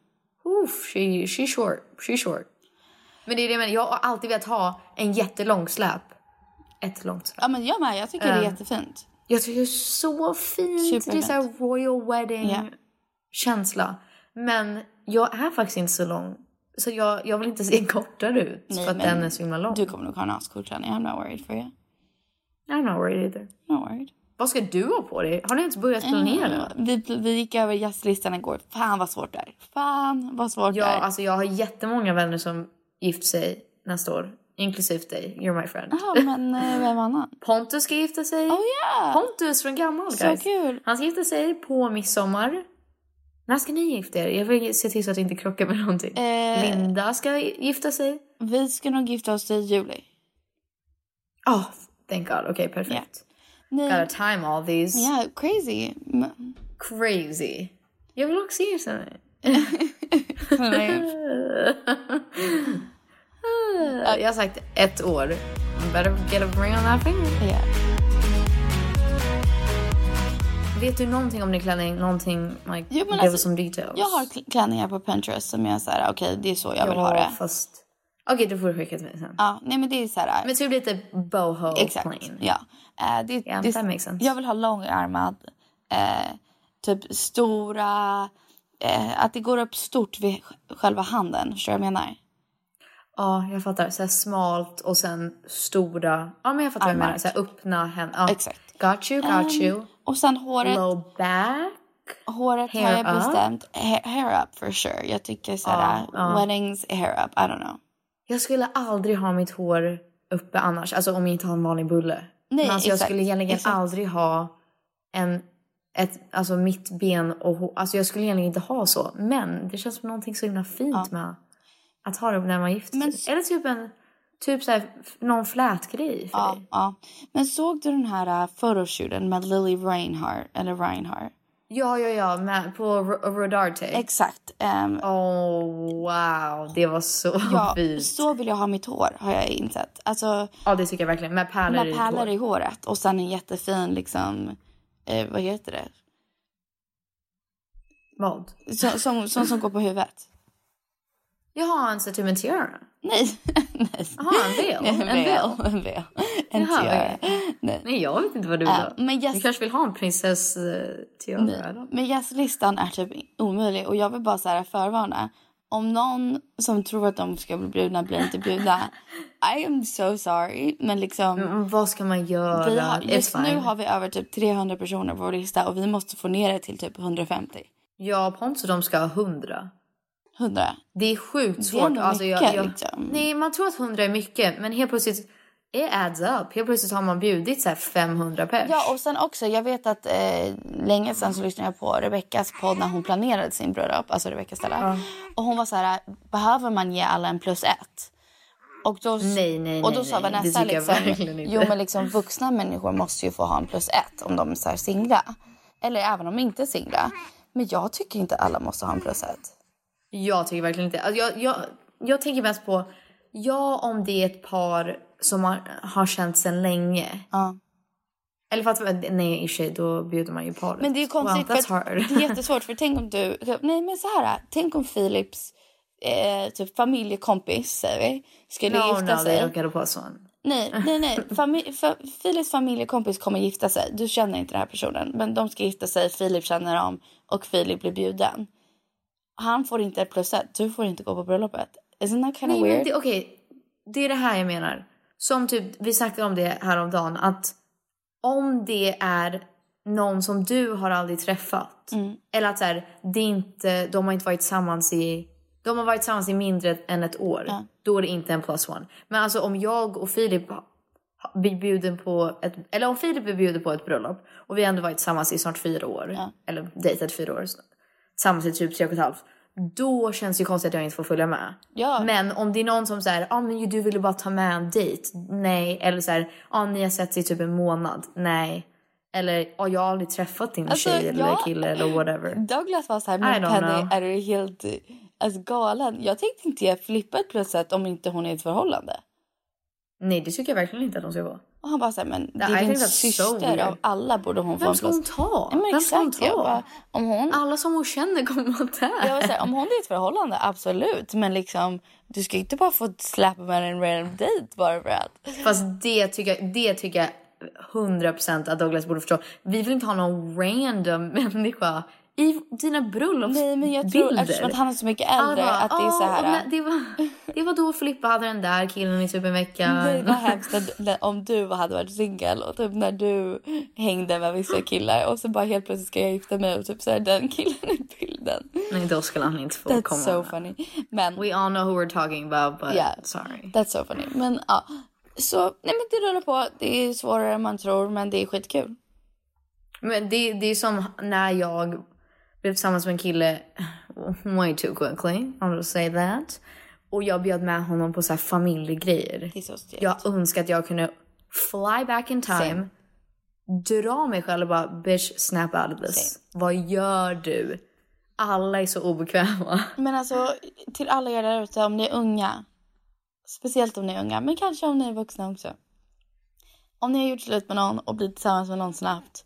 S4: Oof, she, she short, she short. Men det är det jag menar, jag har alltid velat ha en jättelång släp. Ett långt släp.
S3: Ja men jag med, jag tycker det är jättefint.
S4: Jag tycker det är så fint. Det är
S3: Superfint.
S4: så här royal wedding
S3: Ja.
S4: känsla. Men jag är faktiskt inte så lång. Så jag, jag vill inte se kortare ut för att
S3: men
S4: den är så himla lång.
S3: Du kommer nog ha en ascool klänning, I'm not worried for you.
S4: I'm not worried either.
S3: Not worried.
S4: Vad ska du ha på dig? Har ni ens
S3: Mm,
S4: börjat planera?
S3: Vi, vi gick över gästlistan igår, fan vad svårt det är. Fan vad svårt
S4: Ja,
S3: det är.
S4: alltså jag har jättemånga vänner som gift sig nästa år. Inklusivt dig, you're my friend.
S3: Ja men eh, vem annan?
S4: Pontus ska gifta sig.
S3: Oh yeah!
S4: Pontus från gammal
S3: Så
S4: guys.
S3: kul.
S4: Han ska gifta sig på midsommar. När ska ni gifta er? Jag vill se till så att det inte krockar med någonting.
S3: Eh.
S4: Linda ska gifta sig.
S3: Vi ska nog gifta oss i juli.
S4: Ah, thank god. Okej, perfekt.
S3: Nej,
S4: Gotta time all these.
S3: ja crazy. Men-
S4: Crazy. Jag vill också gifta mig.
S3: Ah.
S4: Jag har sagt ett år. Better get a ring on that finger.
S3: Ja.
S4: Vet du någonting om din klänning? Någonting like,
S3: Jo, men
S4: give
S3: alltså,
S4: us some details.
S3: Jag har kl- klänningar på Pinterest som jag såhär, okej det är så jag vill ha
S4: Ja,
S3: det.
S4: fast... Okej, du får skicka till mig sen.
S3: Ja, nej men det är såhär.
S4: Men typ lite boho
S3: Exakt.
S4: plain.
S3: Ja. Eh, det,
S4: Yeah,
S3: det,
S4: that makes sense.
S3: Jag vill ha långärmad, eh, typ stora, eh, att det går upp stort vid sj- själva handen. Förstår du vad jag menar?
S4: Ja, jag fattar. Så här smalt och sen stora... Ja, men jag fattar vad du
S3: Armar.
S4: menar. Så här öppna händer. Ja.
S3: Exakt.
S4: Got you, got
S3: Ehm,
S4: you.
S3: Och sen håret,
S4: Low back.
S3: håret har
S4: hair
S3: jag
S4: up.
S3: bestämt. Hair, hair up for sure. Jag tycker såhär,
S4: Ja, ja.
S3: weddings, hair up, I don't know.
S4: Jag skulle aldrig ha mitt hår uppe annars. Alltså om jag inte har en vanlig bulle.
S3: Nej,
S4: men alltså, jag
S3: exakt,
S4: skulle egentligen
S3: exakt.
S4: aldrig ha en... Ett, alltså mitt ben och hår. Alltså jag skulle egentligen inte ha så. Men det känns som någonting så himla fint med att ha det när man gifter
S3: Men s-
S4: sig. Eller typ en... Typ så här, f- någon flätgrej för
S3: Ja,
S4: dig.
S3: ja. Men såg du den här uh, photoshooten med Lily Reinhardt? Eller Reinhardt?
S4: Ja, ja, ja. Med, på Ro- Rodarte.
S3: Exakt. ehm,
S4: Åh wow, det var så
S3: ja,
S4: fint.
S3: så vill jag ha mitt hår har jag insett. Alltså
S4: Ja, det tycker jag verkligen. Med pärlor i
S3: med pärlor
S4: hår.
S3: i håret och sen en jättefin liksom, eh, vad heter det?
S4: Vad?
S3: Så, som, som, som går på huvudet.
S4: Jaha, en staty med tiara?
S3: Nej. Nej.
S4: Jaha, en veil.
S3: Nej,
S4: En veil.
S3: En veil. En
S4: Jaha,
S3: tiara.
S4: okej.
S3: Nej.
S4: Nej, jag vet inte vad du
S3: Äh,
S4: sa.
S3: men jag-
S4: Du kanske vill ha en eh, prinsess-tiara? då?
S3: Men gästlistan är typ omöjlig och jag vill bara så här förvarna. Om någon som tror att de ska bli bjudna blir inte bjudna. I am so sorry. Men liksom.
S4: Mm, Vad ska man göra?
S3: Vi har,
S4: eh, It's
S3: just nu
S4: fine.
S3: har vi över typ 300 personer på vår lista och vi måste få ner det till typ 150.
S4: Ja, Pontus och de ska ha hundra.
S3: 100.
S4: Det är sjukt
S3: är
S4: svårt.
S3: nog
S4: alltså, jag,
S3: mycket,
S4: jag,
S3: liksom.
S4: Nej, man tror att 100 är mycket, men helt plötsligt it adds up. Helt plötsligt har man bjudit så här 500 pers.
S3: Ja och sen också, jag vet att eh, länge sedan så lyssnade jag på Rebeckas podd när hon planerade sin bröllop, alltså Rebecca Stella. Och hon var så här, behöver man ge alla en plus ett? Och då,
S4: Nej, nej,
S3: och då
S4: nej,
S3: sa
S4: nej.
S3: Vanessa
S4: Det tycker jag
S3: liksom,
S4: verkligen inte.
S3: jo men liksom vuxna människor måste ju få ha en plus ett om de är så här singla. Eller även om de inte är singla. Men jag tycker inte alla måste ha en plus ett.
S4: Jag tycker verkligen inte... Alltså, jag, jag, jag tänker mest på... Ja, om det är ett par som har, har känt sedan länge.
S3: Ja.
S4: Eller för att... Nej, i och för sig, då bjuder man ju paret.
S3: Men det är ju konstigt
S4: wow, that's
S3: för att
S4: hard.
S3: det är jättesvårt för tänk om du, nej men så här, tänk om Philips eh, typ familjekompis säger vi, skulle
S4: No,
S3: gifta
S4: no,
S3: sig.
S4: vi råkade på sån.
S3: Nej, nej, nej. Fami- fa- Philips familjekompis kommer gifta sig. Du känner inte den här personen. Men de ska gifta sig, Filip känner dem och Filip blir bjuden. Han får inte ett plus ett, du får inte gå på bröllopet. Isn't that kind of
S4: Nej, men
S3: weird?
S4: det, okej. Det är det här jag menar. Som typ, vi snackade om det häromdagen, att om det är någon som du har aldrig träffat,
S3: Mm.
S4: eller att så här, det är inte, de har inte varit tillsammans i, de har varit tillsammans i mindre än ett år, då är det inte en plus one. Men alltså om jag och Filip ha- blir bjuden på ett, eller om Filip blir bjuden på ett bröllop och vi har ändå varit tillsammans i snart fyra år, eller dejtat fyra år, tillsammans i typ tre och ett halvt, då känns det ju konstigt att jag inte får följa med.
S3: Ja.
S4: Men om det är någon som säger, ah, men du ville bara ta med en dejt. Nej. Eller så här, ah, ni har sett i typ en månad. Nej. Eller, ah, jag har aldrig träffat din
S3: Alltså,
S4: tjej eller
S3: jag-
S4: kille eller whatever.
S3: Douglas var så här, men
S4: I don't
S3: Penny
S4: know."
S3: är du helt eh, alltså, galen? Jag tänkte inte ge Filippa ett plus ett om inte hon är i ett förhållande.
S4: Nej, det tycker jag verkligen inte att de ska vara.
S3: Och han bara så här, men det
S4: I
S3: är din
S4: think that's so
S3: syster.
S4: weird.
S3: av alla borde hon få
S4: Vem
S3: en
S4: ska
S3: plus.
S4: hon ta?
S3: Nej, men
S4: Vem ska hon
S3: exakt. Jag
S4: ta? Ah,
S3: bara, om hon
S4: Alla som hon känner kommer vara där.
S3: Jag var såhär, om hon är i ett förhållande, absolut. Men liksom, du ska inte bara få släppa med en random date bara för att.
S4: Fast det tycker jag, det tycker jag 100% att Douglas borde förstå. Vi vill inte ha någon random människa i dina bröllopsbilder.
S3: Nej, men jag tror eftersom att han är så mycket äldre
S4: Alla bara,
S3: att det är så
S4: "Åh,
S3: här. äh.
S4: men det, var, det var då Filippa hade den där killen i typ en vecka.
S3: Nej, vad hemskt att- när- om du hade varit singel och typ när du hängde med vissa killar och så bara helt plötsligt ska jag gifta mig och typ så är den killen i bilden.
S4: Nej, då skulle han inte få komma.
S3: That's so
S4: med.
S3: funny. Men
S4: We all know who we're talking about but
S3: Yeah.
S4: sorry.
S3: That's so funny. Men ja, så nej men det rullar på. Det är svårare än man tror men det är skitkul.
S4: Men det, det är som när jag blev tillsammans med en kille way too quickly, I'm just say that. Och jag bjöd med honom på så här familjegrejer.
S3: Det är så stelt.
S4: Jag önskar att jag kunde fly back in time.
S3: Same.
S4: Dra mig själv och bara bitch snap out of this. Vad gör du? Alla är så obekväma.
S3: Men alltså, till alla er där ute, om ni är unga. Speciellt om ni är unga, men kanske om ni är vuxna också. Om ni har gjort slut med någon och blivit tillsammans med någon snabbt.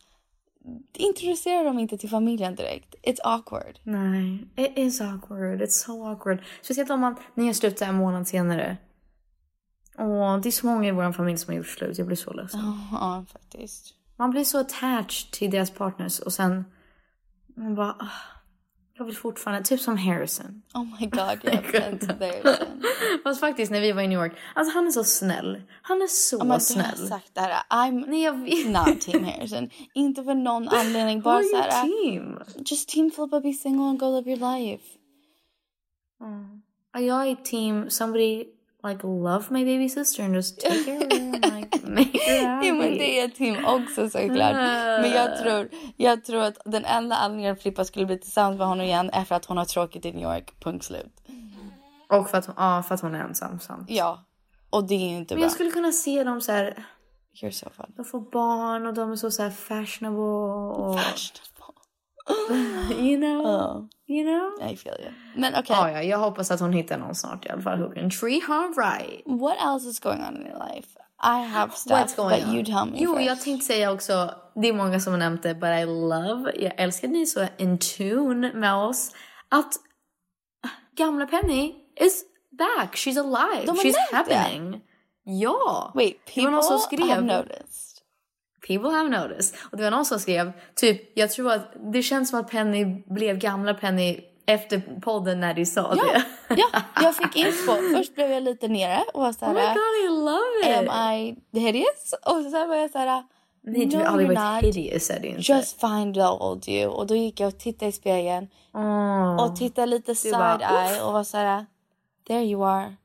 S3: Introducera dem inte till familjen direkt. It's awkward.
S4: Nej, it is awkward. It's so awkward. Speciellt om man, ni har slut så här en månad senare. Åh, det är så många i vår familj som har gjort slut. Jag blir så ledsen.
S3: Ja, faktiskt.
S4: Man blir så attached till deras partners och sen... Man bara... "Ah, Jag vill fortfarande... Typ som Harrison.
S3: Oh my god, jag har sett det där sen.
S4: Fast faktiskt när vi var i New York. Alltså han är så snäll. Han är så
S3: Men du har
S4: snäll.
S3: sagt det här. I'm
S4: Nej jag vet.
S3: not Tim Harrison. Inte för någon anledning. Bara
S4: Bara
S3: så här. äh,
S4: team.
S3: Just Tim Flippa be single and go live your life. Mm.
S4: Ja, Jag är team somebody like love my baby sister and just take care of her and like make her happy.
S3: Jo men det är Tim också såklart. Men jag tror, jag tror att den enda anledningen att Filippa skulle bli tillsammans med honom igen är för att hon har tråkigt i New York. Punkt slut.
S4: Och för att, hon- ja, för att hon är ensam. Sant.
S3: Ja. Och det är ju inte
S4: Men
S3: bra.
S4: jag skulle kunna se dem så här.
S3: You're so funny.
S4: De får barn och de är så, så här fashionable. Och,
S3: Värst.
S4: you know?
S3: Ja.
S4: You know?
S3: I feel you. Men okej.
S4: Ja, ja, jag hoppas att hon hittar någon snart i alla fall. Who can treat her right.
S3: What else is going on in your life? I have stuff
S4: What's going
S3: but
S4: on?
S3: you tell me
S4: Jo,
S3: first.
S4: jag tänkte säga också, det är många som har nämnt det, but I love, jag älskar att ni är så in tune med oss. Att ah, gamla Penny is back. She's alive.
S3: De har
S4: She's
S3: nämnt det.
S4: happening. Ja.
S3: Wait,
S4: Det var
S3: people
S4: någon som
S3: have noticed.
S4: People have noticed. Och det var någon som skrev, typ, jag tror att det känns som att Penny blev gamla Penny efter podden när de sa
S3: Ja,
S4: det.
S3: ja, jag fick info. Först blev jag lite nere och var
S4: Oh my
S3: såhär,
S4: god, I love it!
S3: am I hideous? Och sen var jag såhär,
S4: Nej, du
S3: no
S4: har aldrig
S3: you're
S4: varit
S3: not.
S4: hideous är du inte.
S3: Just find out old you. Och då gick jag och tittade i spegeln
S4: Mm.
S3: och tittade lite
S4: bara,
S3: side-eye
S4: "Uff."
S3: och var såhär, there you are,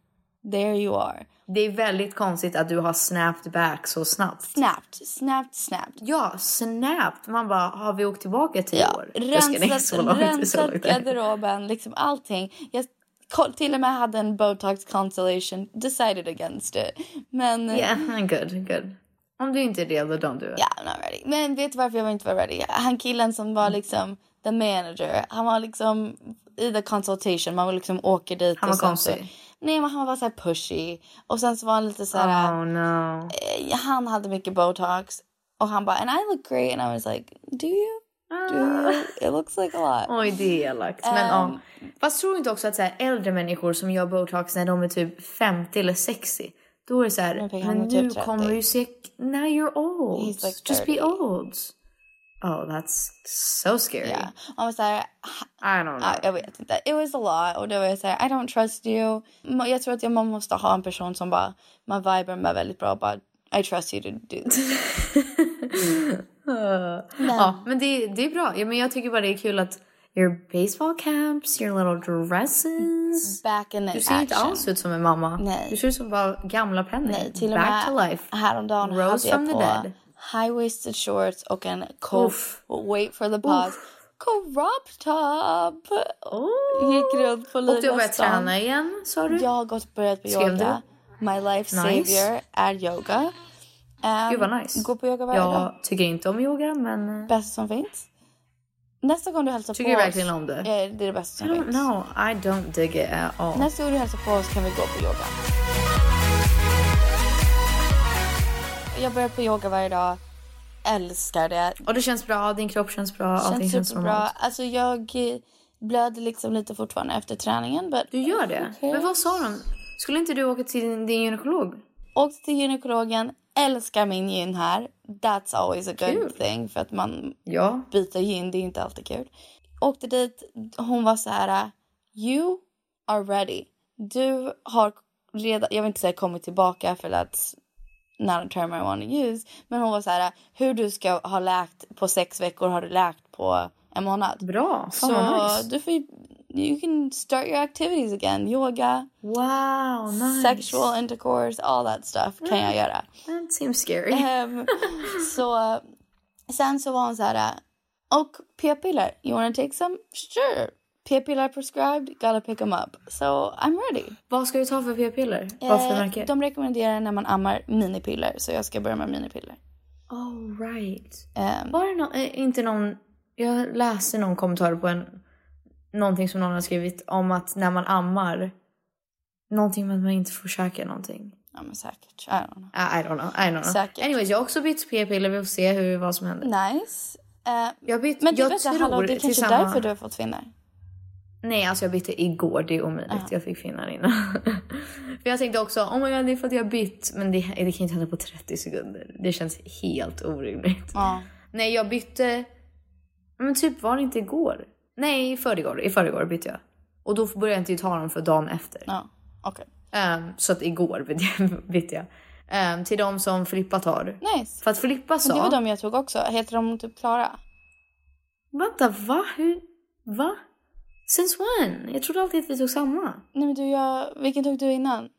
S3: there you are.
S4: Det är väldigt konstigt att du har snapped back så snabbt.
S3: Snapped, snapped, snapped.
S4: Ja, snapped. Man bara, har vi åkt tillbaka tio
S3: Ja,
S4: år? Jag ska- nej, så
S3: rensat,
S4: långt, så
S3: rensat
S4: långt.
S3: garderoben, liksom allting. Jag ko- till och med hade en botox constellation, decided against it. Men
S4: Yeah, good, good. Om du inte är redo, don't do it.
S3: Ja, I'm not ready. Men vet du varför jag inte var ready? Han killen som
S4: Mm.
S3: var liksom the manager. Han var liksom i the consultation. Man liksom åker dit.
S4: Han
S3: och
S4: var
S3: sen så-
S4: konstig.
S3: Nej men han var så här pushy. Och sen så var han lite så här.
S4: Oh no.
S3: eh, Han hade mycket botox. Och han bara and I look great. And I was like do you? Do
S4: Ah.
S3: you? It looks like a lot.
S4: Oj, det är elakt. Men ja.
S3: Äh, Ehm.
S4: Fast tror du inte också att så här, äldre människor som gör botox när de är typ 50 eller 60, då är det så här,
S3: Men
S4: men,
S3: Peggy, han är
S4: nu
S3: typ 30.
S4: kommer du se... Now you're old.
S3: He's like
S4: Just
S3: 30.
S4: be old. Oh, that's so scary.
S3: Yeah. Och Han var så här.
S4: I don't know.
S3: Ja, jag vet inte. It was a lot. Och då var jag så här, I don't trust you. Ma- Jag tror att jag, man måste ha en person som bara, man vibar med väldigt bra och bara, I trust you to do this. Mm.
S4: Ja, men det, det är bra. Ja, men jag tycker bara det är kul att your baseball caps, your little dresses.
S3: Back in the
S4: Du ser inte
S3: action.
S4: alls ut som en mamma.
S3: Nej.
S4: Du ser ut som bara gamla Penny.
S3: Nej, till och
S4: Back
S3: med
S4: to life.
S3: häromdagen
S4: Rose
S3: hade
S4: from the
S3: jag på
S4: dead.
S3: high-waisted shorts och en co-
S4: Uff.
S3: wait for the pause, crop top.
S4: Oh.
S3: Gick runt på
S4: Och du har
S3: lilla
S4: börjat
S3: stan.
S4: träna igen, sa du?
S3: Jag har gått och börjat på
S4: Skrev
S3: yoga. My life
S4: Nice.
S3: savior är yoga. Um,
S4: Gud vad nice.
S3: Gå på yoga varje dag.
S4: Jag tycker inte om yoga, men... eh,
S3: bästa som finns. Nästa gång du hälsar
S4: Tycker
S3: på oss.
S4: du verkligen om det?
S3: Ja, det är det bästa
S4: I
S3: som
S4: don't
S3: finns.
S4: know. I don't dig it at all.
S3: Nästa gång du hälsar på oss kan vi gå på yoga. Jag börjar på yoga varje dag. Älskar det.
S4: Och det känns bra, din kropp känns bra, allting
S3: Känns
S4: känns
S3: superbra.
S4: normalt.
S3: Alltså jag eh, blöder liksom lite fortfarande efter träningen. But
S4: Du gör det? Men vad sa de? Skulle inte du åka till din, din gynekolog?
S3: Åkte till gynekologen. Älskar min gyn här. That's always a good
S4: Kul.
S3: thing. För att man
S4: Ja.
S3: byta gyn, det är inte alltid kul. Åkte dit, hon var så här, you are ready. Du har redan, jag vill inte säga kommit tillbaka för att not a term I want to use. Men hon var så här, hur du ska ha läkt på sex veckor har du läkt på en månad.
S4: Bra, fan
S3: Så
S4: vad nice.
S3: du får ju, you can start your activities again. Yoga,
S4: Wow, nice. Mm.
S3: sexual intercourse, all that stuff kan jag göra.
S4: That seems scary.
S3: Ehm, så sen så var hon så här, och p-piller, you wanna take some? Sure. P-piller prescribed, gotta pick them up. So I'm ready.
S4: Vad ska du ta för p-piller? Vad för
S3: Eh,
S4: märke?
S3: de rekommenderar när man ammar minipiller, så jag ska börja med minipiller.
S4: Oh right.
S3: Ehm,
S4: Var det nå- eh, inte någon... Jag läste någon kommentar på en... Någonting som någon har skrivit om att när man ammar... Någonting med att man inte får käka någonting. Ah,
S3: ja men säkert, I don't know.
S4: I, I don't know, I don't know.
S3: Säkert.
S4: Anyways, jag har också bytt p-piller, vi får se hur, vad som händer.
S3: Nice. Eh,
S4: Jag bytte,
S3: men du
S4: jag
S3: vet,
S4: tror
S3: hallå, det är kanske
S4: till
S3: är
S4: samma-
S3: därför du har fått finnar.
S4: Nej, alltså jag bytte igår. Det är omöjligt.
S3: Ah.
S4: Jag fick finnar innan. för jag tänkte också, oh my god, det är för att jag har bytt. Men det, det kan inte hända på 30 sekunder. Det känns helt orimligt.
S3: Ja.
S4: Nej, jag bytte... Men typ var det inte igår? Nej, i förrgår. I förrgår bytte jag. Och då började jag inte ta dem för dagen efter.
S3: Ja, okej.
S4: Ehm, så att igår bytte jag. bytte jag. Ehm, till de som Filippa tar.
S3: Nice.
S4: För att Filippa sa...
S3: Men det var de jag tog också. Heter de typ Klara?
S4: Vänta, va? Hur? Va? Since when? Jag trodde alltid att vi tog samma.
S3: Nej men du, jag... vilken tog du innan?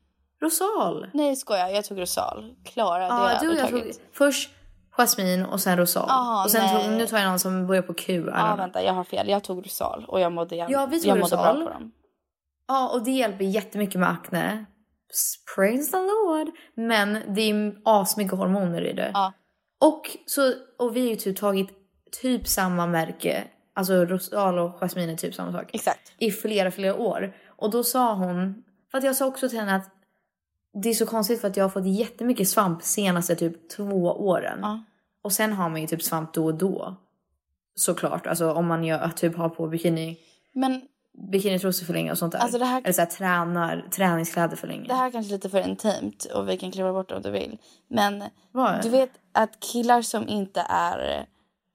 S4: Rosal.
S3: Nej jag skojar, jag tog Rosal. Klara, det har
S4: Ja,
S3: jag
S4: du och
S3: aldrig
S4: jag
S3: tagit.
S4: tog först Jasmine och sen Rosal.
S3: Aha,
S4: och sen
S3: nej.
S4: tog, nu tar jag någon som börjar på Q. I don't
S3: Ja,
S4: know.
S3: vänta, jag har fel. Jag tog Rusal och jag mådde, jag,
S4: Ja, vi tog
S3: jag mådde bra
S4: Rusal.
S3: på dem.
S4: Ja, och det hjälper jättemycket med akne. Praise the Lord. Men det är asmycket hormoner i det.
S3: Ja.
S4: Och, så, och vi har ju typ tagit typ samma märke. Alltså Rosal och Jasmine är typ samma sak.
S3: Exakt.
S4: I flera, flera år. Och då sa hon... För att jag sa också till henne att det är så konstigt för att jag har fått jättemycket svamp senaste typ två åren.
S3: Ja.
S4: Och sen har man ju typ svamp då och då. Såklart, alltså om man gör, typ har på bikini.
S3: Men
S4: bikinitrosor för länge och sånt där.
S3: Alltså det här-
S4: Eller så här, tränar, träningskläder för länge.
S3: Det här kanske är lite för intimt och vi kan kliva bort det om du vill. Men
S4: Vad?
S3: du vet att killar som inte är eh,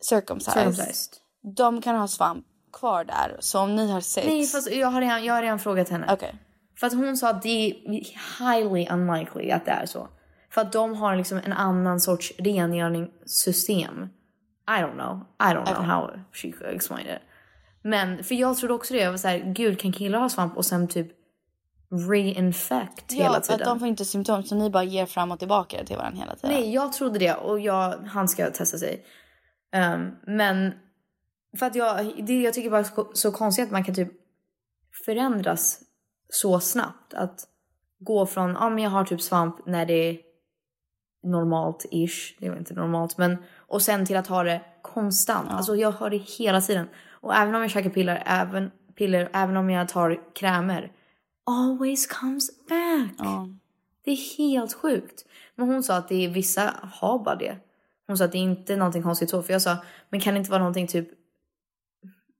S3: circumcised,
S4: Circumcised.
S3: de kan ha svamp kvar där. Så om ni har sex...
S4: Nej fast jag har redan, jag har redan frågat henne.
S3: Okej.
S4: För att hon sa att det är highly unlikely att det är så. För att de har liksom en annan sorts rengöringssystem. I don't know. I don't know how she explained it. Men för jag trodde också det. Jag var så här, gud kan killar ha svamp och sen typ reinfect hela
S3: Ja, för
S4: tiden?
S3: att de får inte symptom så ni bara ger fram och tillbaka till varandra hela tiden.
S4: Nej, jag trodde det och jag, han ska testa sig. Ehm, men för att jag, det, jag tycker bara så, så konstigt att man kan typ förändras så snabbt. Att gå från, ja men jag har typ svamp när det är normalt-ish, det är väl inte normalt men och sen till att ha det konstant. Alltså jag har det hela tiden. Och även om jag käkar piller, även, piller, även om jag tar krämer, always comes back.
S3: Ja.
S4: Det är helt sjukt. Men hon sa att det är, vissa har bara det. Hon sa att det är inte någonting konstigt så. För jag sa, men kan det inte vara någonting typ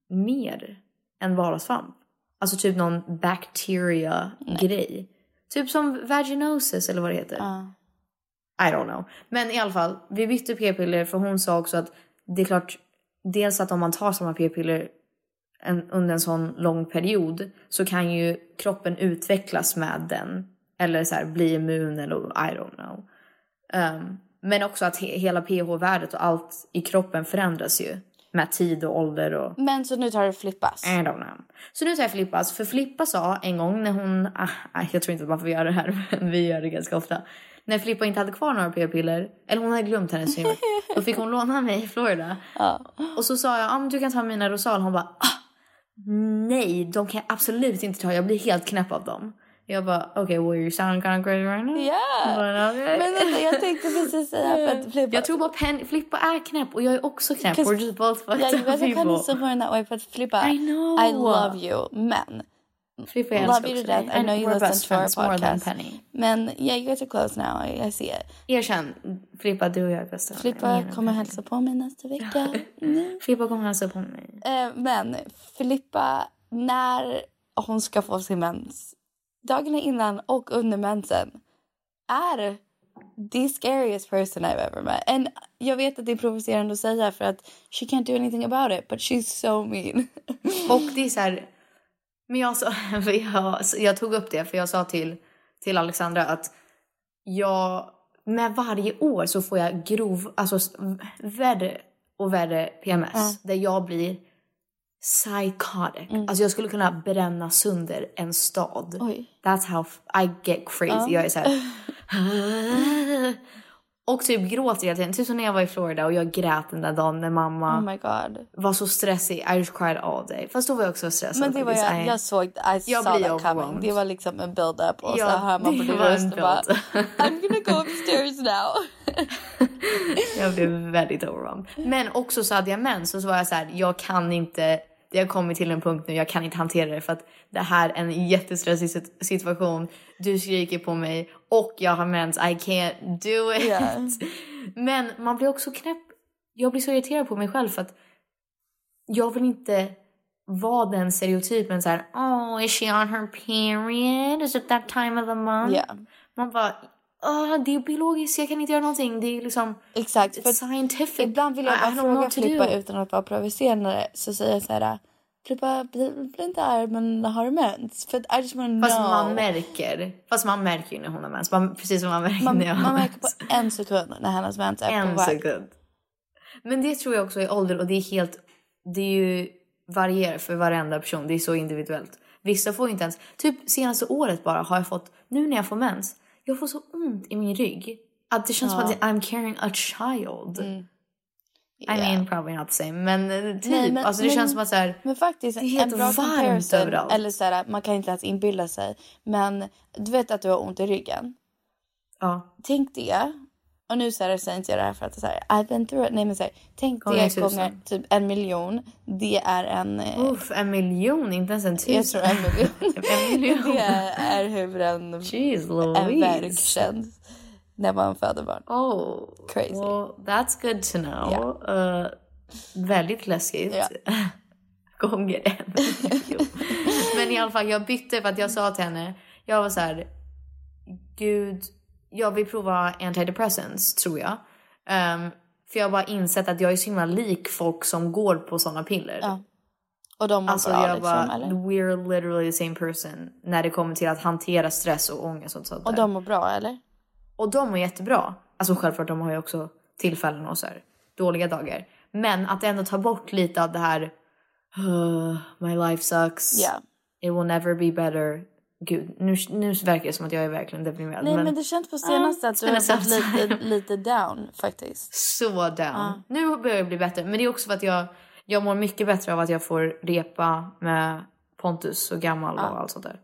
S4: mer än vardagsvamp? Alltså typ någon bacteria-grej. Typ som vaginosis eller vad det heter.
S3: Ja.
S4: I don't know. Men i alla fall, vi bytte p-piller för hon sa också att det är klart, dels att om man tar samma p-piller en, under en sån lång period så kan ju kroppen utvecklas med den. Eller så här, bli immun eller I don't know. Ehm, men också att he, hela pH-värdet och allt i kroppen förändras ju med tid och ålder och
S3: Men så nu tar det flippas.
S4: I don't know. Så nu tar jag Flippas, för Flippa sa en gång när hon, ah, ah, jag tror inte att man får göra det här, men vi gör det ganska ofta. När Flippa inte hade kvar några p-piller, eller hon hade glömt hennes nummer, då fick hon låna mig i Florida. Och så sa jag, ah, men du kan ta mina Rosal. Hon bara, ah, nej, de kan jag absolut inte ta, jag blir helt knäpp av dem. Jag bara, okej, okay, well you sound kind of crazy right now.
S3: Ja!
S4: Bara, "Okej."
S3: Men vänta, jag tänkte precis säga för att flippa...
S4: Jag tror bara pen, Flippa är knäpp och jag är också knäpp.
S3: Cause-
S4: We're just both
S3: Ja,
S4: fucked
S3: jag vet, jag kan inte
S4: people.
S3: stå på den här oj för att flippa.
S4: I know.
S3: I love you, men...
S4: Flippa jag
S3: Mm. Love
S4: älskar
S3: you
S4: också
S3: to death.
S4: dig.
S3: I know you listen
S4: we're best
S3: to our
S4: friends more than
S3: podcast.
S4: Penny.
S3: Men yeah, you guys are close now, I I see it.
S4: Erkänn, Filippa du och jag är bästa vänner. Jag
S3: Filippa
S4: menar
S3: kommer
S4: det.
S3: hälsa på mig nästa vecka. Mm.
S4: Filippa kommer hälsa på mig.
S3: Eh, Men Filippa, när hon ska få sin mens, dagarna innan och under mensen, är the scariest person I've ever met. And jag vet att det är provocerande att säga för att she can't do anything about it, but she's so mean.
S4: Och det är så här, men jag, sa, för jag, jag tog upp det för jag sa till, till Alexandra att jag med varje år så får jag grov, alltså s- värre och värre PMS där jag blir psychotic. Alltså jag skulle kunna bränna sönder en stad.
S3: Mm. Oj.
S4: That's how f- I get crazy. Jag är så här. och typ gråter hela tiden. Typ som när jag var i Florida och jag grät den där dagen när mamma
S3: Oh my god.
S4: var så stressig. I just cried all day. Fast då var jag också stressad.
S3: Men det var
S4: faktiskt.
S3: jag,
S4: I-
S3: jag såg, I
S4: Jag
S3: saw
S4: blir
S3: that coming.
S4: overwhelmed.
S3: Det var liksom en build-up och
S4: Ja,
S3: så hör man på
S4: det
S3: din
S4: var en
S3: röst och bara
S4: build-up.
S3: I'm gonna go upstairs now.
S4: jag blev väldigt overwhelmed. Men också så hade jag mens och så var jag så här, jag kan inte, det har kommit till en punkt nu, jag kan inte hantera det för att det här är en jättestressig sit- situation. Du skriker på mig och jag har mens, I can't do it.
S3: Ja.
S4: Men man blir också knäpp, jag blir så irriterad på mig själv för att jag vill inte vara den stereotypen så här, oh is she on her period? Is it that time of the month?
S3: Ja.
S4: Man bara, "Ah, det är biologiskt, jag kan inte göra någonting. Det är liksom
S3: Exakt. För
S4: It's
S3: att
S4: scientific.
S3: ibland vill jag
S4: I- I
S3: bara
S4: don't know
S3: fråga
S4: what to do.
S3: Filippa utan att vara provocerande så säger jag så här Filippa bli, bli inte arg men har du mens? För att I just wanna
S4: Fast
S3: know.
S4: man märker. Fast man märker ju när hon har mens. Man, precis som man märker
S3: man,
S4: när jag har
S3: man märker på
S4: mens.
S3: en sekund när hennes mens är på
S4: En
S3: väg.
S4: sekund. Men det tror jag också är ålder och det är helt... Det är ju varierar för varenda person. Det är så individuellt. Vissa får ju inte ens... Typ senaste året bara har jag fått... Nu när jag får mens. Jag får så ont i min rygg. Att det känns som att I'm carrying a child.
S3: Mm.
S4: I
S3: Ja.
S4: mean probably not the same. Men eh, typ.
S3: Nej, men-
S4: alltså det
S3: men-
S4: känns som att så här...
S3: Men faktiskt
S4: Det är helt
S3: en bra
S4: varmt
S3: comparison.
S4: överallt.
S3: Eller så här, man kan inte ens inbilda sig. Men du vet att du har ont i ryggen.
S4: Ja.
S3: Tänk det. Och nu så här, säger inte jag det här för att så här, I've been through it. Nej men så här, tänk
S4: Gånger
S3: det
S4: tusen.
S3: gånger typ en miljon. Det är en... eh,
S4: Uff, en miljon. Inte ens en tusen.
S3: Jag tror en miljon.
S4: en miljon.
S3: Det är hur en,
S4: Jeez
S3: en värk
S4: Louise.
S3: känns när man föder barn.
S4: Oh,
S3: Crazy.
S4: Well, that's good to know. Uh, väldigt läskigt.
S3: Ja.
S4: Gånger en miljon. i alla fall, jag bytte för att jag sa till henne, jag var så här, gud, jag vill prova antidepressants tror jag. Ehm, för jag har bara insett att jag är så himla lik folk som går på sådana piller.
S3: Ja. Och de mår
S4: Alltså
S3: bra
S4: jag
S3: liksom,
S4: bara,
S3: eller?
S4: we're literally the same person när det kommer till att hantera stress och ångest och sånt där.
S3: Och de mår bra eller?
S4: Och de mår jättebra. Alltså självklart, de har ju också tillfällen och så här, dåliga dagar. Men att ändå ta bort lite av det här "Ugh, My life sucks.
S3: Ja.
S4: It will never be better. Gud, nu, nu verkar det som att jag är verkligen deprimerad.
S3: Nej men, det känns på senaste att du har
S4: kändes
S3: varit
S4: alltså, så här.
S3: lite, lite down faktiskt.
S4: Så down. Nu börjar det bli bättre. Men det är också för att jag, jag mår mycket bättre av att jag får repa med Pontus och gammal och allt sånt där.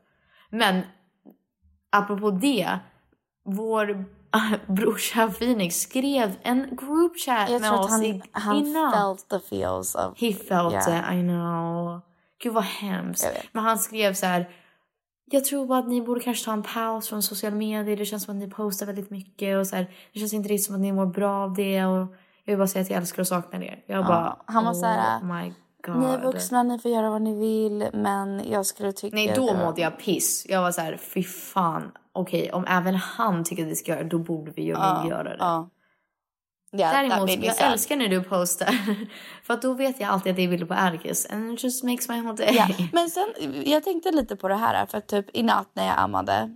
S4: Men apropå det. Vår brorsa Phoenix skrev en group chat
S3: Jag
S4: med
S3: tror att
S4: oss
S3: han,
S4: i-
S3: han
S4: innan.
S3: felt the feels of...
S4: He felt
S3: Yeah.
S4: it, I know. Gud vad hemskt.
S3: Jag vet.
S4: Men han skrev så här. Jag tror bara att ni borde kanske ta en paus från sociala medier. Det känns som att ni postar väldigt mycket och så här. Det känns inte riktigt som att ni mår bra av det och jag vill bara säga att jag älskar och saknar er. Jag bara,
S3: Han var så här,
S4: oh my god.
S3: Ni är vuxna, ni får göra vad ni vill men jag skulle tycka...
S4: Nej, då
S3: det var-
S4: mådde jag piss. Jag var så här, fy fan. Okej, om även han tycker att vi ska göra det, då borde vi ju
S3: Ja,
S4: göra det.
S3: Ja. Yeah, that
S4: Däremot,
S3: made me
S4: jag
S3: sad.
S4: älskar när du postar. För att då vet jag alltid att det är bilder på Erkis. And it just makes my whole day.
S3: Ja, men sen, jag tänkte lite på det här för att typ i natt när jag ammade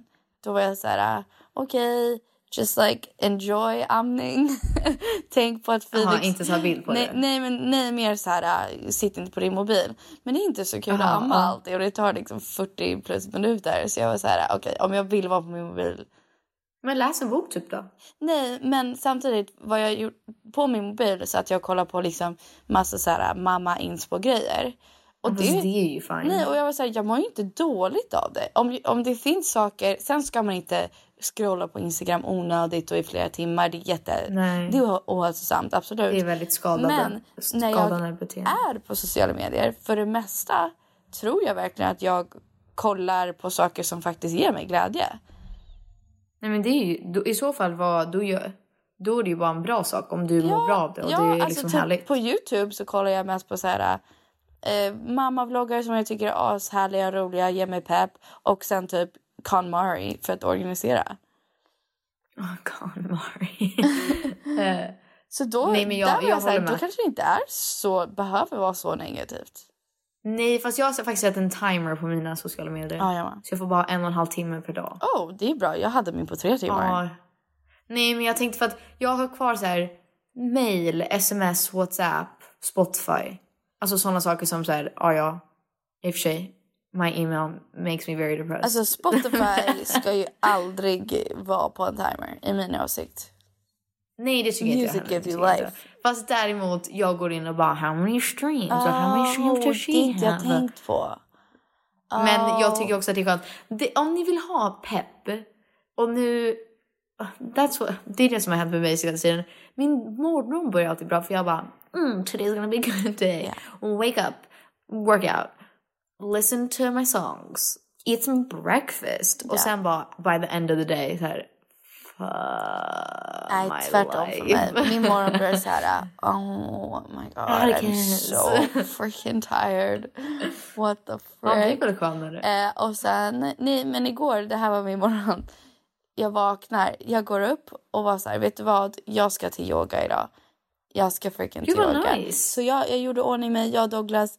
S3: då var jag så här okej, just like enjoy amning. Tänk på att
S4: Jaha,
S3: Phoenix...
S4: inte ta bild på
S3: nej,
S4: det.
S3: Nej, men nej, mer så här äh, sitt inte på din mobil. Men det är inte så kul
S4: Jaha,
S3: att amma
S4: ja.
S3: alltid och det tar liksom 40 plus minuter så jag var så här okej, om jag vill vara på min mobil
S4: Men läs en bok typ då.
S3: Nej, men samtidigt vad jag gjort på min mobil så att jag kollar på liksom massa så här äh, mamma inspo grejer. Och
S4: Och det, det är ju fine.
S3: Nej, och jag var så här, jag mår ju inte dåligt av det. Om, om det finns saker, sen ska man inte scrolla på Instagram onödigt och i flera timmar. Det är jätte...
S4: Nej.
S3: Det är oh- ohälsosamt, absolut.
S4: det är väldigt skadande,
S3: Men när
S4: skadande
S3: jag
S4: beteende.
S3: är på sociala medier, för det mesta tror jag verkligen att jag kollar på saker som faktiskt ger mig glädje.
S4: Nej men det är ju, då, i så fall vad du gör. Då är det ju bara en bra sak om du mår bra av det och
S3: ja,
S4: det är
S3: alltså
S4: liksom
S3: typ
S4: härligt.
S3: På Youtube så kollar jag mest på så här eh, mammavloggare som jag tycker är ashärliga, roliga, ger mig pepp. Och sen typ KonMari för att organisera.
S4: Oh, God, Mari.
S3: Så då,
S4: Nej, men jag-
S3: där var
S4: jag
S3: jag så här,
S4: håller med.
S3: då kanske det inte är så, behöver vara så negativt.
S4: Nej fast jag har faktiskt sett en timer på mina sociala medier.
S3: Ja, jag med.
S4: så jag får bara en och en halv timme per dag.
S3: Oh, det är bra. Jag hade min på tre timmar.
S4: Ja. Nej men jag tänkte för att jag har kvar så här mail, sms, whatsapp, spotify. Alltså sådana saker som så här, ja ja, i och för sig. My email makes me very depressed.
S3: Alltså Spotify ska ju aldrig vara på en timer i min åsikt.
S4: Nej det tycker
S3: Music
S4: inte jag heller.
S3: gives
S4: Det
S3: you
S4: tycker jag inte.
S3: life.
S4: Fast däremot jag går in och bara how many streams och how many
S3: Ah,
S4: streams
S3: Åh,
S4: does
S3: det är
S4: she
S3: inte jag
S4: have?
S3: tänkt på.
S4: Men jag tycker också att det är skönt. Det, om ni vill ha pepp och nu ah, That's what, det är det som har hänt med mig senaste tiden. Min morgon börjar alltid bra för jag bara mm, today's gonna be a good day. Wake up, work out, listen to my songs, eat some breakfast och sen bara by the end of the day så här fuck Oh my
S3: Nej, tvärtom för mig.
S4: life.
S3: Min morgon börjar så här, oh my god, I'm
S4: Erkens.
S3: so freaking tired. What the
S4: Ja, det
S3: frick.
S4: går skönare.
S3: Eh, och sen, nej men igår, det här var min morgon. Jag vaknar, jag går upp och var så här, vet du vad? Jag ska till yoga idag. Jag ska freaking till
S4: Gud, vad
S3: yoga.
S4: nice.
S3: Så jag, jag gjorde ordning mig, jag och Douglas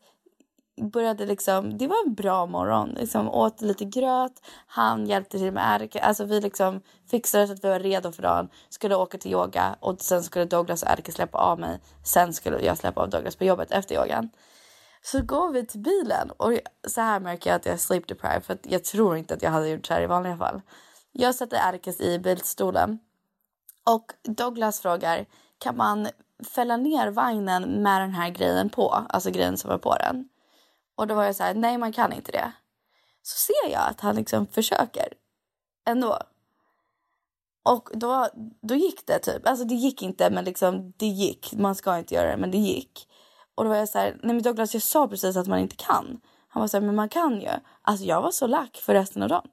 S3: började liksom, det var en bra morgon. Liksom, åt lite gröt, han hjälpte till med Erika. Alltså vi liksom fixade så att vi var redo för dagen. Skulle åka till yoga och sen skulle Douglas och Erika släppa av mig. Sen skulle jag släppa av Douglas på jobbet efter yogan. Så går vi till bilen och så här märker jag att jag är sleep deprived för att jag tror inte att jag hade gjort så här i vanliga fall. Jag sätter Erkes i bilstolen och Douglas frågar kan man fälla ner vagnen med den här grejen på, alltså grejen som var på den. Och då var jag så här, nej man kan inte det. Så ser jag att han liksom försöker ändå. Och då, då gick det typ, alltså det gick inte men liksom det gick, man ska inte göra det men det gick. Och då var jag så här, nej men Douglas jag sa precis att man inte kan. Han var så här, men man kan ju. Alltså jag var så lack för resten av dagen.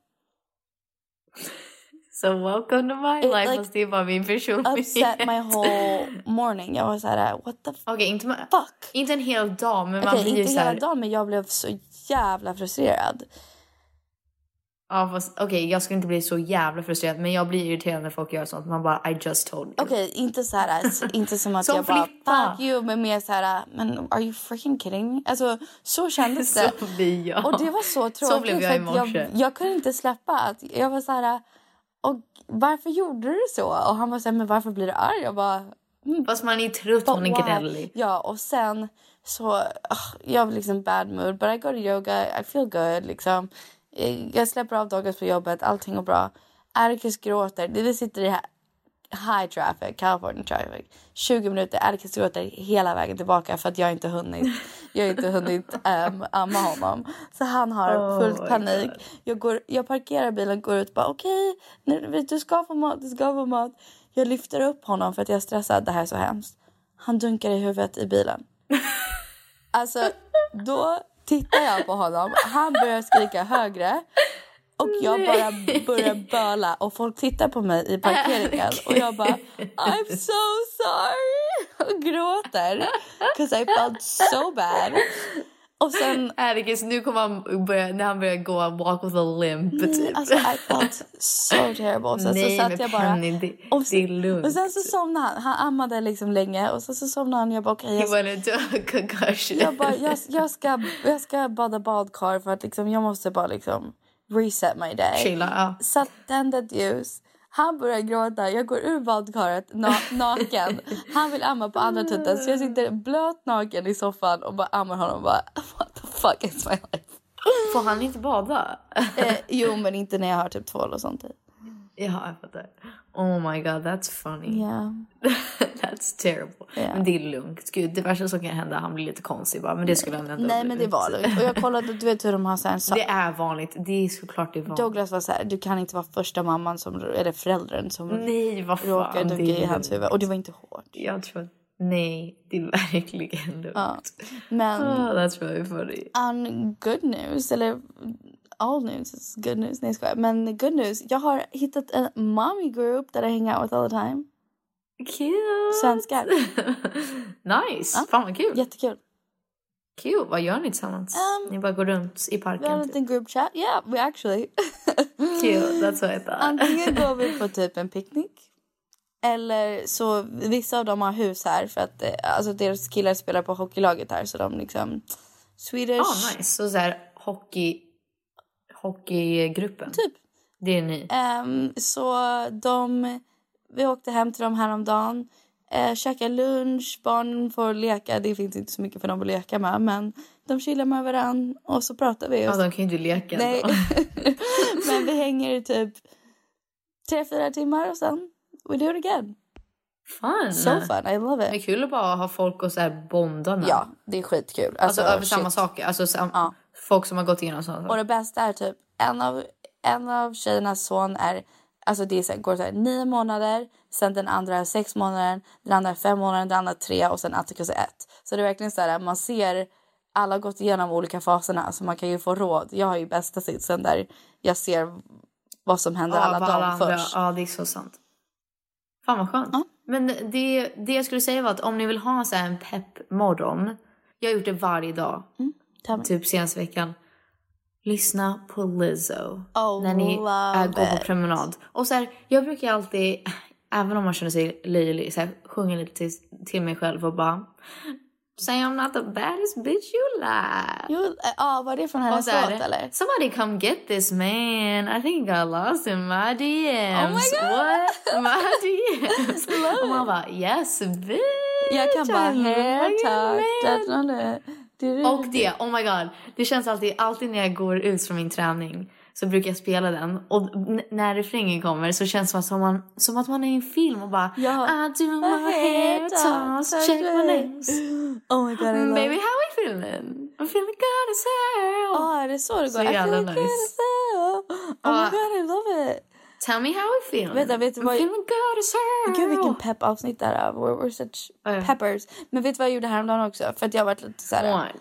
S4: So welcome to my
S3: It,
S4: life,
S3: like,
S4: fast det är bara min personlighet.
S3: Upset my whole morning. Jag var så här, what the
S4: Okej, inte, ma-
S3: fuck?
S4: inte en hel dag, men man
S3: Okej,
S4: blir ju
S3: inte
S4: så här...
S3: hela dagen men jag blev så jävla frustrerad.
S4: Ja, fast okej, jag skulle inte bli så jävla frustrerad, men jag blir irriterad när folk gör sånt. Man bara, I just told you.
S3: Okej, inte så här, s- inte som att
S4: Som
S3: jag bara
S4: Filippa.
S3: fuck you men mer så här, men are you freaking kidding me? Alltså så kändes det.
S4: Så blir jag.
S3: Och det var så tråkigt
S4: Så blev jag
S3: för
S4: i
S3: att
S4: morse.
S3: jag, jag kunde inte släppa att jag var så här och varför gjorde du så? Och han var så här, men varför blir du arg? Jag bara
S4: Fast man är trött,
S3: But
S4: man är
S3: why?
S4: gnällig.
S3: Ja, och sen så... ah, jag var liksom bad mood, but I go to yoga, I feel good. Liksom. Eh, Jag släpper av dagis på jobbet, allting går bra. Erkis gråter. Det- Vi sitter i här- high traffic, California traffic. 20 minuter, Erkis gråter hela vägen tillbaka för att jag inte hunnit, jag har inte hunnit um, amma honom. Så han har fullt panik. Jag, går, jag parkerar bilen, går ut och bara okej, nu- du ska få mat, du ska få mat. Jag lyfter upp honom för att jag är stressad, det här är så hemskt. Han dunkar i huvudet i bilen. Alltså, då tittar jag på honom. Han börjar skrika högre. Och jag bara börjar böla och folk tittar på mig i parkeringen
S4: Ah,
S3: och jag bara I'm so sorry och gråter. Cause I felt so bad. Och sen
S4: Erikis, Äh, nu kommer han börja, när han börjar gå, walk with a limp typ.
S3: alltså I felt so terrible. Och Sen
S4: Nej,
S3: så
S4: men
S3: satt jag bara
S4: Penny, det- det är lugnt.
S3: Och sen så somnade han. Han ammade liksom länge och sen så somnade han. Jag bara okej jag
S4: He wanted to have a concussion.
S3: jag, bara, jag, jag, ska, jag ska bada badkar för att liksom, jag måste bara liksom reset my day.
S4: Chilla, ja.
S3: Så att tända ett ljus. Han börjar gråta. Jag går ur badkaret na naken. Han vill amma på andra tutten så jag sitter blöt naken i soffan och bara ammar honom och bara what the fuck is my life?
S4: Får han inte bada?
S3: Eh, jo men inte när jag har typ tvål och sånt i.
S4: ja, jag fattar. Oh my god, that's funny.
S3: Ja.
S4: That's terrible.
S3: Ja.
S4: Men det är lugnt. Gud, det värsta som kan hända, han blir lite konstig bara. Men det skulle han ändå
S3: Nej
S4: bli.
S3: men det var lugnt. Och jag kollade, du vet hur de har så här en sak.
S4: Det är vanligt. Det är såklart det är vanligt.
S3: Douglas var så här, du kan inte vara första mamman som, eller föräldern som
S4: Nej, vad fan.
S3: råkar dunka
S4: det är
S3: i hans
S4: lugnt.
S3: huvud. Och det var inte hårt.
S4: Jag tror att... Nej, det är verkligen lugnt.
S3: Ja. Men
S4: Oh, that's really funny.
S3: on good news, eller all news is good news. Nej jag skojar. Men good news, jag har hittat en mommy group that I hang out with all the time.
S4: Cute!
S3: Svenskar.
S4: nice!
S3: Ja.
S4: Fan vad kul!
S3: Jättekul.
S4: Kul! Vad gör ni tillsammans?
S3: Um,
S4: ni bara går runt i
S3: Vi har en
S4: parken? typ.
S3: liten group chat. Yeah, we actually.
S4: Cute, that's what I thought. Ah,
S3: Antingen går vi på typ en picknick. Eller så, vissa av dem har hus här för att eh, alltså deras killar spelar på hockeylaget här så de liksom Swedish.
S4: Ah, nice! Så såhär hockey... Hockeygruppen?
S3: Typ.
S4: Det är ni?
S3: Ehm, så de, vi åkte hem till dem häromdagen. Uh, käka lunch, barnen får leka. Det finns inte så mycket för dem att leka med. Men de chillar med varandra och så pratar vi.
S4: Ja,
S3: Och
S4: de kan ju inte leka
S3: Nej.
S4: ändå.
S3: men vi hänger i typ tre, fyra timmar och sen we do it again.
S4: Fun!
S3: So fun, I love
S4: Det är
S3: it.
S4: kul att bara ha folk och såhär bonda med.
S3: Ja, det är skitkul.
S4: Alltså, över
S3: shit.
S4: samma saker. Alltså sam-
S3: Ja.
S4: folk som har gått igenom sådana
S3: Och
S4: saker.
S3: det bästa är typ en av, en av tjejernas son är Alltså det är så här, går så här, nio månader, sen den andra är sex månader, den andra är fem månader, den andra är tre och sen Atticus är ett. Så det är verkligen så här, man ser alla har gått igenom olika faserna så man kan ju få råd. Jag har ju bästa sitsen där jag ser vad som händer alla
S4: vad
S3: dagar
S4: andra-
S3: först.
S4: Ja, det är så sant. Fan vad skönt.
S3: Ja.
S4: Men det, det jag skulle säga var att om ni vill ha så här en peppmorgon. Jag har gjort det varje dag,
S3: Tell me.
S4: typ senaste veckan. Lyssna på Lizzo
S3: Oh,
S4: när ni
S3: love
S4: äh, går
S3: it.
S4: på promenad. Och så här, jag brukar alltid, även om man känner sig löjlig, så här, sjunga lite till, till mig själv och bara Say I'm not the baddest bitch you like.
S3: Jo, eh, ja, var det från
S4: Och
S3: hennes
S4: så är
S3: låt
S4: det,
S3: eller?
S4: somebody come get this man. I think I lost in my DMs.
S3: Oh my God.
S4: What? My DMs. Och man bara yes bitch.
S3: Jag kan bara
S4: I love
S3: hair
S4: your
S3: talk.
S4: man."
S3: da, da, da, du, du,
S4: Och
S3: du.
S4: det, oh my god. Det känns alltid, alltid när jag går ut från min träning så brukar jag spela den och n- när refrängen kommer så känns det som, man, som att man är i en film och bara
S3: Ja.
S4: I do my hair toss, check my nails.
S3: Oh my god, I love
S4: Mm, Baby how we feeling? I'm feeling good as hell.
S3: Ja, är det så det går?
S4: Så jävla
S3: I feel good
S4: nice. Ah.
S3: as hell. Oh
S4: Ja.
S3: my god, I love it.
S4: Tell me how I feel.
S3: Vänta, vet du vad-
S4: I'm feeling good as hell.
S3: Gud vilken peppavsnitt det här är. uh, We're, we're such
S4: Ja, ja.
S3: peppers. Men vet du vad jag gjorde häromdagen också? För att jag har varit lite så här...
S4: What?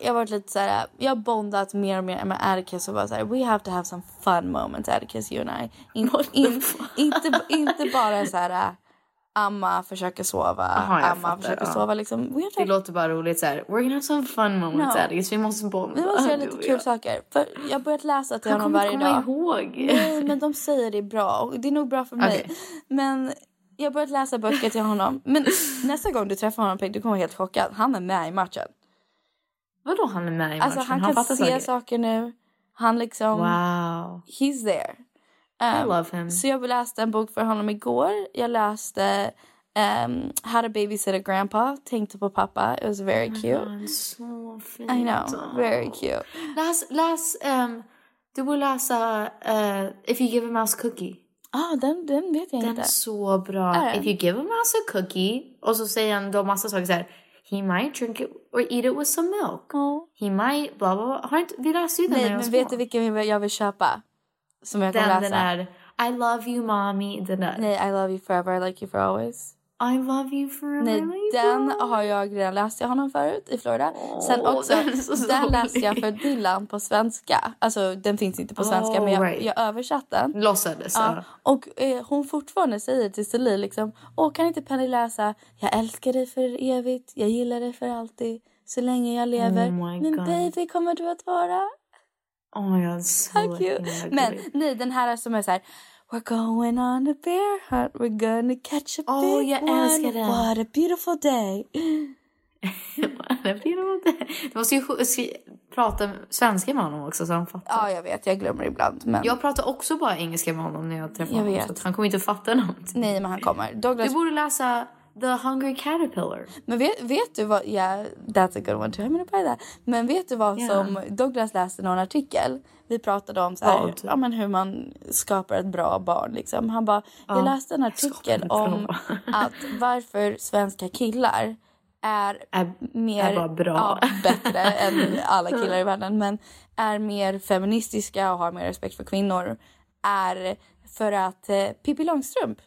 S3: jag har varit lite så här, jag har bondat mer och mer med Atticus och bara så här, we have to have some fun moments Atticus you and I. In, in, inte, inte bara så här, uh, amma, försöka sova,
S4: Aha, jag
S3: amma,
S4: fattar,
S3: försöka
S4: ja.
S3: sova liksom. We have to
S4: Det
S3: have
S4: låter bara roligt så här. We're gonna have some fun moments
S3: Ja.
S4: Atticus. Vi måste bonda.
S3: Vi måste göra
S4: du
S3: lite
S4: och
S3: kul
S4: jag.
S3: saker. För jag har börjat läsa till
S4: Han
S3: honom
S4: kommer
S3: varje
S4: komma
S3: dag.
S4: ihåg.
S3: Nej, men de säger det är bra. Och det är nog bra för mig.
S4: Okej.
S3: Men jag har börjat läsa böcker till honom. Men nästa gång du träffar honom Peg, du kommer vara helt chockad. Han är med i matchen.
S4: Vadå han är med i matchen?
S3: Alltså han kan
S4: fattar
S3: se saker nu. Han liksom,
S4: Wow.
S3: he's there. Um,
S4: I love him.
S3: Så jag läste en bok för honom igår. Jag läste um, How to babysit a grandpa. Tänkte på pappa. It was
S4: Oh
S3: very cute.
S4: Han är så fin.
S3: I know, very
S4: Oh.
S3: cute.
S4: Läs, läs, ehm, du borde läsa eh, If you give a mouse cookie.
S3: Ah, den, den vet jag
S4: Den är
S3: inte.
S4: så
S3: Är
S4: bra.
S3: den?
S4: If you give a mouse a cookie. Och så säger han då massa saker så här. He might drink it or eat it with some milk.
S3: Ja.
S4: He might bla bla bla. Har inte, vi läste ju den
S3: Nej,
S4: när jag var
S3: men vet
S4: små.
S3: du vilken jag vill köpa? Som jag kommer
S4: Den, den
S3: läsa.
S4: är I love you mommy. Den där.
S3: Nej, I love you forever, I like you for always.
S4: I love you forever.
S3: Nej,
S4: I love
S3: den
S4: you.
S3: har jag redan läst till honom förut i Florida. Sen
S4: Åh,
S3: också,
S4: den är så
S3: där
S4: rolig.
S3: läste jag för Dylan på svenska. Alltså den finns inte på svenska
S4: Oh,
S3: men jag,
S4: right.
S3: jag översatte den.
S4: Låtsades.
S3: Ja,
S4: Ja.
S3: och eh, hon fortfarande säger till Celine liksom, åh kan inte Penny läsa, jag älskar dig för evigt, jag gillar dig för alltid, så länge jag lever.
S4: Oh my
S3: Min
S4: God.
S3: baby kommer du att vara.
S4: Oh my god, så
S3: Tack you.
S4: himla
S3: Men
S4: gullig.
S3: nej, den här som är så här. We're going on a bear hunt, we're gonna catch a
S4: Åh,
S3: big
S4: jag älskar
S3: one.
S4: den.
S3: What a beautiful day.
S4: Det blir nog inte- Du måste ju sj- skri- prata svenska med honom också så han fattar.
S3: Ja, jag vet, jag glömmer ibland. Men...
S4: Jag pratar också bara engelska med honom när jag träffar
S3: Jag
S4: honom
S3: vet.
S4: så att han kommer inte fatta någonting.
S3: Nej, men han kommer.
S4: Du
S3: Douglas,
S4: borde läsa The Hungry Caterpillar.
S3: men vet, vet du vad... Yeah, that's a good one too. I'm gonna buy that. Men vet du vad
S4: Ja.
S3: som... Douglas läste någon artikel. Vi pratade om så här,
S4: Vad?
S3: ja, men hur man skapar ett bra barn. Liksom. Han bara, jag läste en
S4: skapar
S3: artikel
S4: ett bra
S3: om
S4: barn.
S3: att varför svenska killar är
S4: Är-
S3: mer
S4: är bara bra.
S3: Ja, bättre än alla killar i världen men är mer feministiska och har mer respekt för kvinnor är för att eh, Pippi Långstrump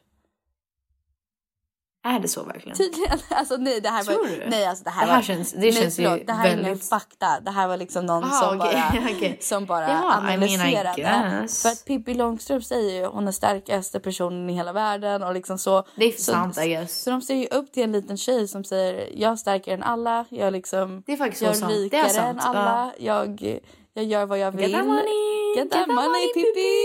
S4: Är det så verkligen?
S3: tydligen alltså nej det här
S4: Tror
S3: var
S4: du?
S3: nej alltså det här,
S4: Det här
S3: var,
S4: känns- det
S3: nej,
S4: känns ju
S3: förlåt, det här är ingen
S4: väldigt-
S3: fakta det här var liksom någon
S4: Aha,
S3: som
S4: okej,
S3: bara
S4: okej.
S3: som bara
S4: Ja, I mean, I
S3: analyserade
S4: guess.
S3: för att Pippi Långstrump säger ju hon är starkaste personen i hela världen och liksom så
S4: Det är
S3: så,
S4: sant, I guess.
S3: så de ser ju upp till en liten tjej som säger jag är starkare än alla jag liksom
S4: Det är faktiskt så
S3: jag
S4: sant. Det är
S3: rikare än
S4: sant, ja.
S3: alla jag jag gör vad jag vill
S4: Get that money!
S3: get that money, Pippi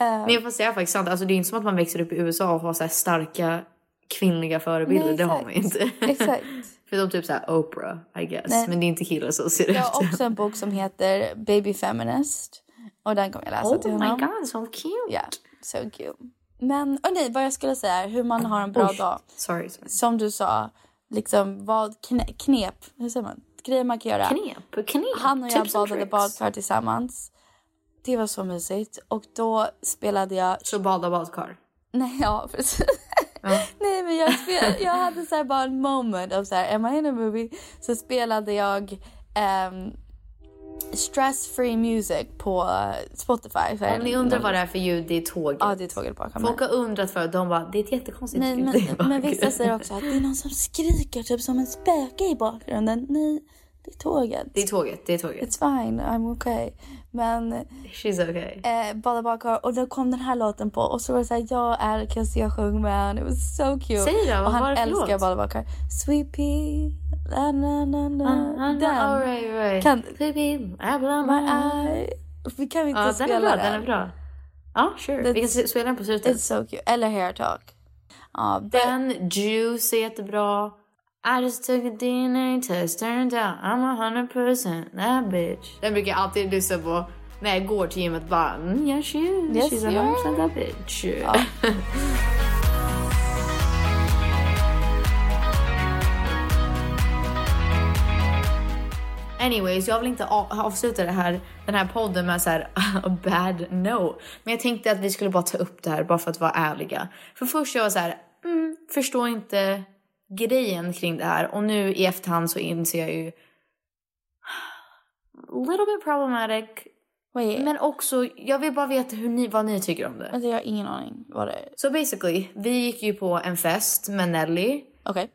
S3: Eh.
S4: Nej fast det är faktiskt sant. Alltså det är inte som att man växer upp i USA och har så här starka kvinnliga förebilder.
S3: Nej,
S4: det har man ju
S3: exakt.
S4: inte.
S3: exakt
S4: Förutom typ så här Oprah, I guess.
S3: Nej.
S4: Men det är inte killar som ser
S3: Jag har
S4: ut.
S3: också en bok som heter Baby Feminist. Och den kommer jag läsa Alltså, till
S4: Oh
S3: honom.
S4: my god, so cute.
S3: Ja, so cute. Men, åh nej, vad jag skulle säga är hur man har en bra
S4: Oj,
S3: dag.
S4: Sorry, sorry.
S3: Som du sa, liksom vad kne, knep, hur säger man? Grejer man kan göra.
S4: Knep, knep.
S3: Han och jag
S4: Tips
S3: badade
S4: and Typ tricks.
S3: badkar tillsammans. Det var så mysigt. Och då spelade jag
S4: Så bada badkar.
S3: Nej, ja precis. Nej men jag, spel, jag hade så här bara en moment av så här, am I in a movie? Så spelade jag ehm, stress free music på Spotify. Så här,
S4: Om ni undrar vad det är för ljud, det är tåget.
S3: Ja, det är tåget bakom
S4: Folk
S3: mig.
S4: har undrat förut, de bara det är ett jättekonstigt
S3: Nej,
S4: ljud.
S3: men,
S4: Det är bara-
S3: men vissa säger också att det är någon som skriker typ som en spöke i bakgrunden. Nej, det är tåget.
S4: Det är tåget, det är tåget.
S3: It's fine, I'm okay. Men
S4: She's okay.
S3: eh, Bada Bakar och då kom den här låten på och så var det såhär jag är Kiss, jag sjöng med han. It was so cute.
S4: Säg då,
S3: och
S4: vad var
S3: han
S4: det för
S3: älskar
S4: låt?
S3: Bada Bakar. Sweet pea, na na na na.
S4: Den. Ah, All right, all right.
S3: Kan-
S4: Baby, I blow
S3: My
S4: my
S3: eye. Vi kan inte
S4: Ja, den
S3: spela
S4: är bra, den är bra. Ja, sure.
S3: Det-
S4: Vi kan se- spela den på
S3: It's
S4: slutet.
S3: so cute. Eller Hair Talk. Ja, den...
S4: Den, Juice är jättebra. I just took a DNA test, turned out I'm a hundred percent that bitch. Den brukar jag alltid lyssna på när jag går till gymmet. Bara, mm, yeah, she is.
S3: Yes,
S4: She's a
S3: you
S4: hundred
S3: are.
S4: percent that bitch. Anyways, jag vill inte av- avsluta det här, den här podden med så här a bad no. Men jag tänkte att vi skulle bara ta upp det här bara för att vara ärliga. För först jag var så här, mm, förstår inte grejen kring det här och nu i efterhand så inser jag ju little bit problematic.
S3: Wait,
S4: Men också, jag vill bara veta hur ni, vad ni tycker om det.
S3: vänta, jag har ingen aning vad det är.
S4: Så basically, vi gick ju på en fest med Nelly.
S3: Okej.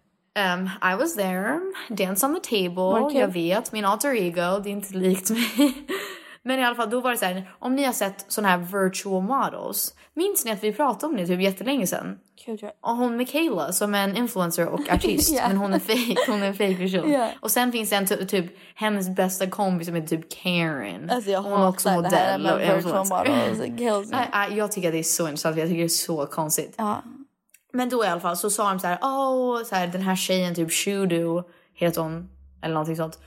S4: Um, I was there, dance on the
S3: Var det
S4: table,
S3: kul?
S4: jag vet, min alter ego, det är inte likt mig. Men i alla fall, då var det så här, om ni har sett såna här virtual models, minns ni att vi pratade om det typ jättelänge sedan?
S3: Gud, jag...
S4: Och hon Michaela som är en influencer och artist,
S3: Ja.
S4: men hon är fake, hon är en fake person.
S3: Ja.
S4: Och sen finns det en ty- typ, hennes bästa kompis som är typ Karen.
S3: Alltså jag
S4: hon är också
S3: hatar det här
S4: modell
S3: med
S4: och
S3: virtual
S4: influencer.
S3: models. It kills me.
S4: Nej, nej, jag tycker att det är så intressant för jag tycker det är så konstigt. Men då i alla fall så sa de så här, åh, så här, den här tjejen typ Shudo heter hon eller någonting sånt.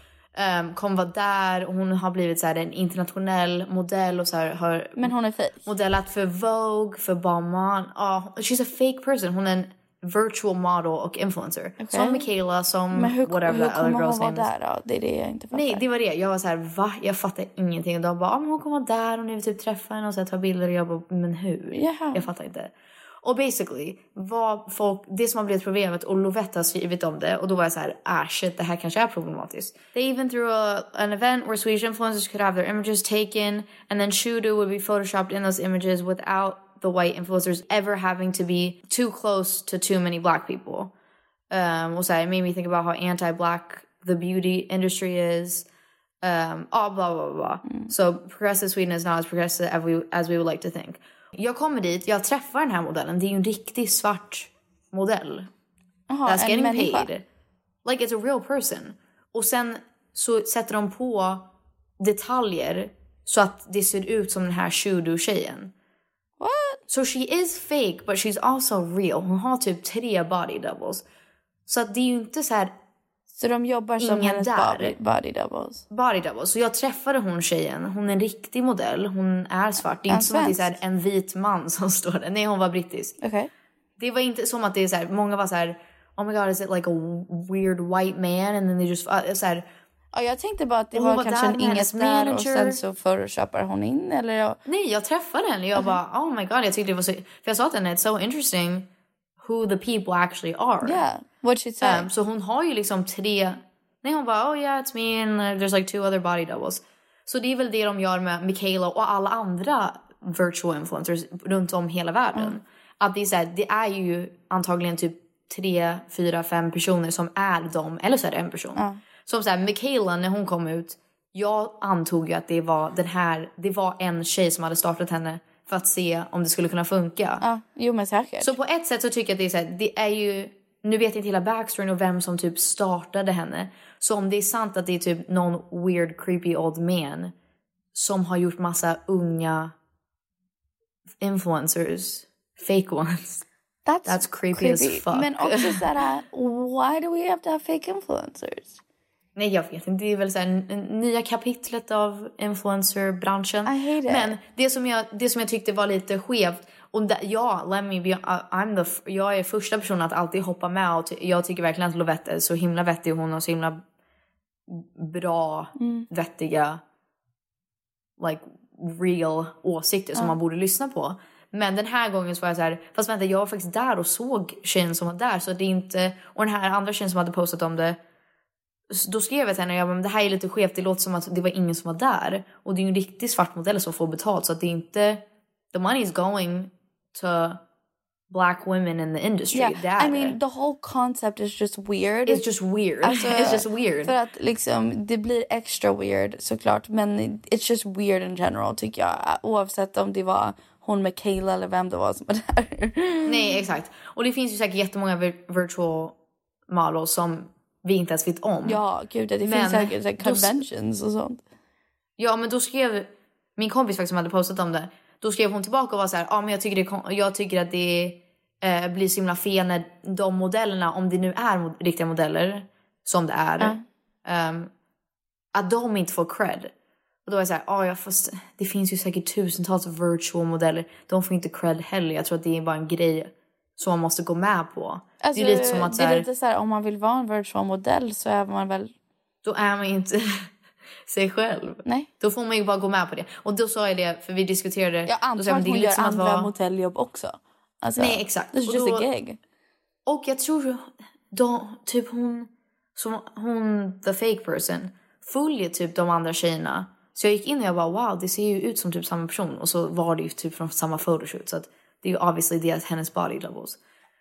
S4: Um, kommer vara där och hon har blivit så här en internationell modell och så här har
S3: Men hon är fejk.
S4: modellat för Vogue, för Balmain. Ja, she's a fake person. Hon är en virtual model och influencer. Som Michaela, som
S3: Men hur,
S4: whatever
S3: hur
S4: that other
S3: kommer hon
S4: girl's
S3: vara
S4: name is.
S3: där då? Det är det jag inte fattar.
S4: Nej, det var det. Jag var så här, va? Jag fattar ingenting. Och de bara, ah, men hon kommer vara där och ni vill typ träffa henne och så här, ta bilder. Och jag bara, men hur?
S3: Jaha.
S4: Jag fattar inte. Och basically, vad folk, det som har blivit problemet och Lovetta har skrivit om det och då var jag så här, ah shit, det här kanske är problematiskt. They even threw a, an event where Swedish influencers could have their images taken and then Shudu would be photoshopped in those images without the white influencers ever having to be too close to too many black people. Um, och så här, it made me think about how anti-black the beauty industry is. Um, ah, blah, blah, blah.
S3: Mm.
S4: So progressive Sweden is not as progressive as we, as we would like to think. Jag kommer dit, jag träffar den här modellen. Det är ju en riktig svart modell.
S3: Jaha,
S4: That's
S3: en
S4: getting
S3: människa.
S4: paid. Like it's a real person. Och sen så sätter de på detaljer så att det ser ut som den här shudo-tjejen.
S3: What?
S4: So she is fake but she's also real. Hon har typ tre body doubles. Så att det är ju inte så här
S3: Så de jobbar som
S4: Ingen
S3: hennes
S4: där.
S3: body, body doubles.
S4: body double. Så jag träffade hon tjejen. Hon är en riktig modell. Hon är svart. Det är
S3: En
S4: inte som att det är så här
S3: svensk?
S4: en vit man som står där. Nej, hon var brittisk.
S3: Okej.
S4: Det var inte som att det är så här, många var så här, oh my god is it like a weird white man? And then they just, uh, så här,
S3: Ja, jag tänkte bara att det
S4: Och
S3: var,
S4: hon var
S3: kanske
S4: där
S3: en
S4: med hennes
S3: inget där och
S4: manager.
S3: sen så photoshoppar hon in eller jag...
S4: nej jag träffade henne. Jag bara, oh my god jag tyckte det var så, för jag sa till henne, it's so interesting who the people actually are.
S3: Yeah, what she said.
S4: Um, så hon har ju liksom tre... Nej, hon bara oh yeah it's me and uh, there's like two other body doubles. Så det är väl det de gör med Michaela och alla andra virtual influencers runt om hela världen. Att det är så här, det är ju antagligen typ tre, fyra, fem personer som är dem, eller så är det en person. Som så här, Michaela när hon kom ut, jag antog ju att det var den här, det var en tjej som hade startat henne för att se om det skulle kunna funka.
S3: Ja, jo men säkert.
S4: Så på ett sätt så tycker jag att det är så här, det är ju, nu vet jag inte hela backstoryn och vem som typ startade henne. Så om det är sant att det är typ någon weird creepy old man som har gjort massa unga influencers, fake ones.
S3: that's,
S4: that's creepy as fuck.
S3: Men också såhär, why do we have to have fake influencers?
S4: Nej jag vet inte, det är väl så här, n- n- nya kapitlet av influencerbranschen.
S3: I hate it.
S4: Men det som, jag, det som jag tyckte var lite skevt, och där, ja, let me be, I- I'm the, f- jag är första personen att alltid hoppa med och ty, jag tycker verkligen att Lovette är så himla vettig, hon har så himla bra,
S3: Mm.
S4: vettiga, like real åsikter som man borde lyssna på. Men den här gången så var jag så här, fast vänta jag var faktiskt där och såg tjejen som var där så det är inte, och den här andra tjejen som hade postat om det, så då skrev jag till henne, jag bara, "Men det här är lite skevt, det låter som att det var ingen som var där. Och det är ju en riktig svart modell som får betalt så att det är inte, the money is going to black women in the industry. det är
S3: Yeah, I mean
S4: det.
S3: the whole concept is just weird.
S4: It's just weird.
S3: Alltså,
S4: It's just weird.
S3: För att liksom, det blir extra weird såklart. Men it's just weird in general tycker jag. Oavsett om det var hon med Kayla eller vem det var som var där.
S4: Nej, exakt. Och det finns ju säkert jättemånga vir- virtual models som vi inte ens vet om.
S3: Ja, gud det
S4: Men
S3: finns säkert så här,
S4: då s-
S3: conventions och sånt.
S4: Ja, men då skrev min kompis faktiskt som hade postat om det. Då skrev hon tillbaka och var så här, ja men jag tycker, det, kon- jag tycker att det eh, blir så himla fel när de modellerna, om det nu är mod- riktiga modeller som det är, ehm, att de inte får cred. Och då var jag så här, ja jag fast det finns ju säkert tusentals virtual modeller, de får inte cred heller. Jag tror att det är bara en grej som man måste gå med på.
S3: Alltså,
S4: det är lite som att så
S3: det är
S4: här,
S3: lite så här, om man vill vara en virtual modell så är man väl...
S4: då är man ju inte sig själv.
S3: Nej.
S4: Då får man ju bara gå med på det. Och då sa jag det, för vi diskuterade
S3: Jag
S4: då
S3: antar
S4: sa
S3: att
S4: jag, Alltså, men det.
S3: hon gör
S4: är lite som att
S3: andra
S4: vara-
S3: modelljobb också. Alltså,
S4: Nej, exakt.
S3: It's
S4: Och
S3: just a
S4: då-
S3: gig.
S4: Och jag tror de, typ hon, som, hon the fake person följer typ de andra tjejerna. Så jag gick in och jag bara wow det ser ju ut som typ samma person och så var det ju typ från samma photoshoot så att det är ju obviously det hennes body doubles.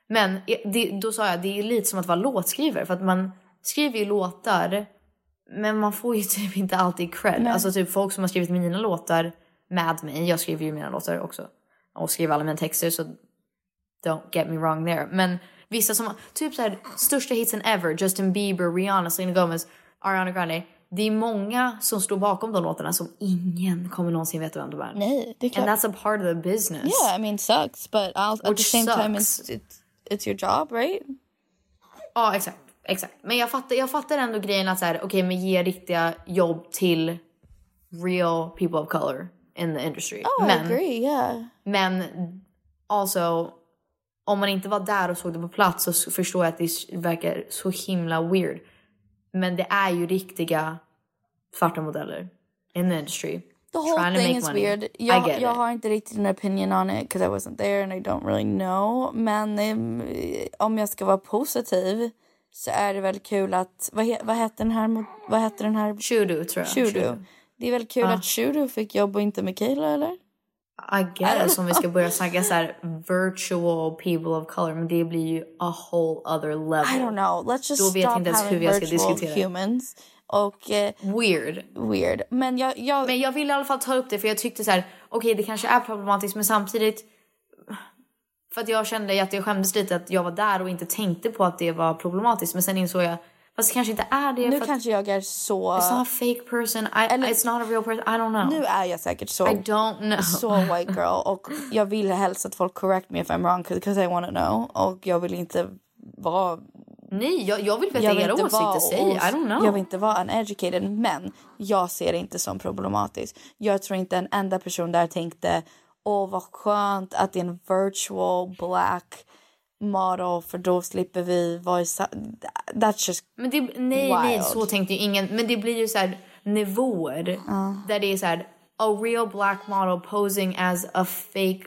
S4: Men det, då sa jag, det är lite som att vara låtskrivare för att man skriver ju låtar men man får ju typ inte alltid cred. Alltså typ folk som har skrivit mina låtar med mig, jag skriver ju mina låtar också och skriver alla mina texter så don't get me wrong there. Men vissa som, typ så här, största hitsen ever, Justin Bieber, Rihanna, Selena Gomez, Ariana Grande. Det är många som står bakom de låtarna som ingen kommer någonsin veta vem de är.
S3: Nej, det är
S4: And
S3: klart.
S4: that's a part of the business.
S3: Yeah, I mean sucks, but I'll, at the
S4: Which
S3: same time
S4: sucks.
S3: it's, it's it's your job, right?
S4: Ja, exakt. exakt. Men jag fattar, jag fattar ändå grejen att så här, okej, men ge riktiga jobb till real people of color in the industry.
S3: Oh, I
S4: men,
S3: agree. Yeah.
S4: men also, om man inte var där och såg det på plats så s- förstår jag att det verkar så himla weird. Men det är ju riktiga svarta modeller in the industry.
S3: The whole
S4: trying to
S3: thing
S4: make
S3: is
S4: money.
S3: weird.
S4: I
S3: Jag,
S4: get
S3: jag
S4: it.
S3: har inte riktigt en opinion on it because I wasn't there and I don't really know. Men eh, om jag ska vara positiv så är det väl kul att... Vad, he, vad hette den här... mot- Vad hette den här...
S4: Shudu tror jag.
S3: Shudu. Det är väl kul att Shudu fick jobb och inte Mikaela eller?
S4: I guess om vi ska börja snacka så här virtual people of color men det blir ju a whole other level.
S3: I don't know. Let's just
S4: Då vet jag
S3: stop
S4: inte ens hur
S3: having
S4: jag ska
S3: virtual
S4: diskutera.
S3: humans. Och eh,
S4: Weird.
S3: weird. Men jag... jag
S4: Men jag ville i alla fall ta upp det för jag tyckte så här, okej det kanske är problematiskt men samtidigt för att jag kände att jag skämdes lite att jag var där och inte tänkte på att det var problematiskt men sen insåg jag fast det kanske inte är det
S3: nu
S4: för
S3: kanske jag är så...
S4: att it's not a fake person, I,
S3: Eller-
S4: it's not a real person, I don't know.
S3: Nu är jag säkert så...
S4: I don't know.
S3: så white girl och jag vill helst att folk correct me if I'm wrong because I want to know och jag vill inte vara
S4: Nej jag, jag vill veta
S3: jag vill
S4: era
S3: inte
S4: åsikter,
S3: vara
S4: säg,
S3: os-
S4: I don't know.
S3: Jag vill inte vara uneducated men jag ser det inte som problematiskt. Jag tror inte en enda person där tänkte åh vad skönt att det är en virtual black model för då slipper vi vara i sa- That's just
S4: Men det, nej, nej,
S3: Wild.
S4: så tänkte ju ingen. Men det blir ju så här nivåer där det är så här a real black model posing as a fake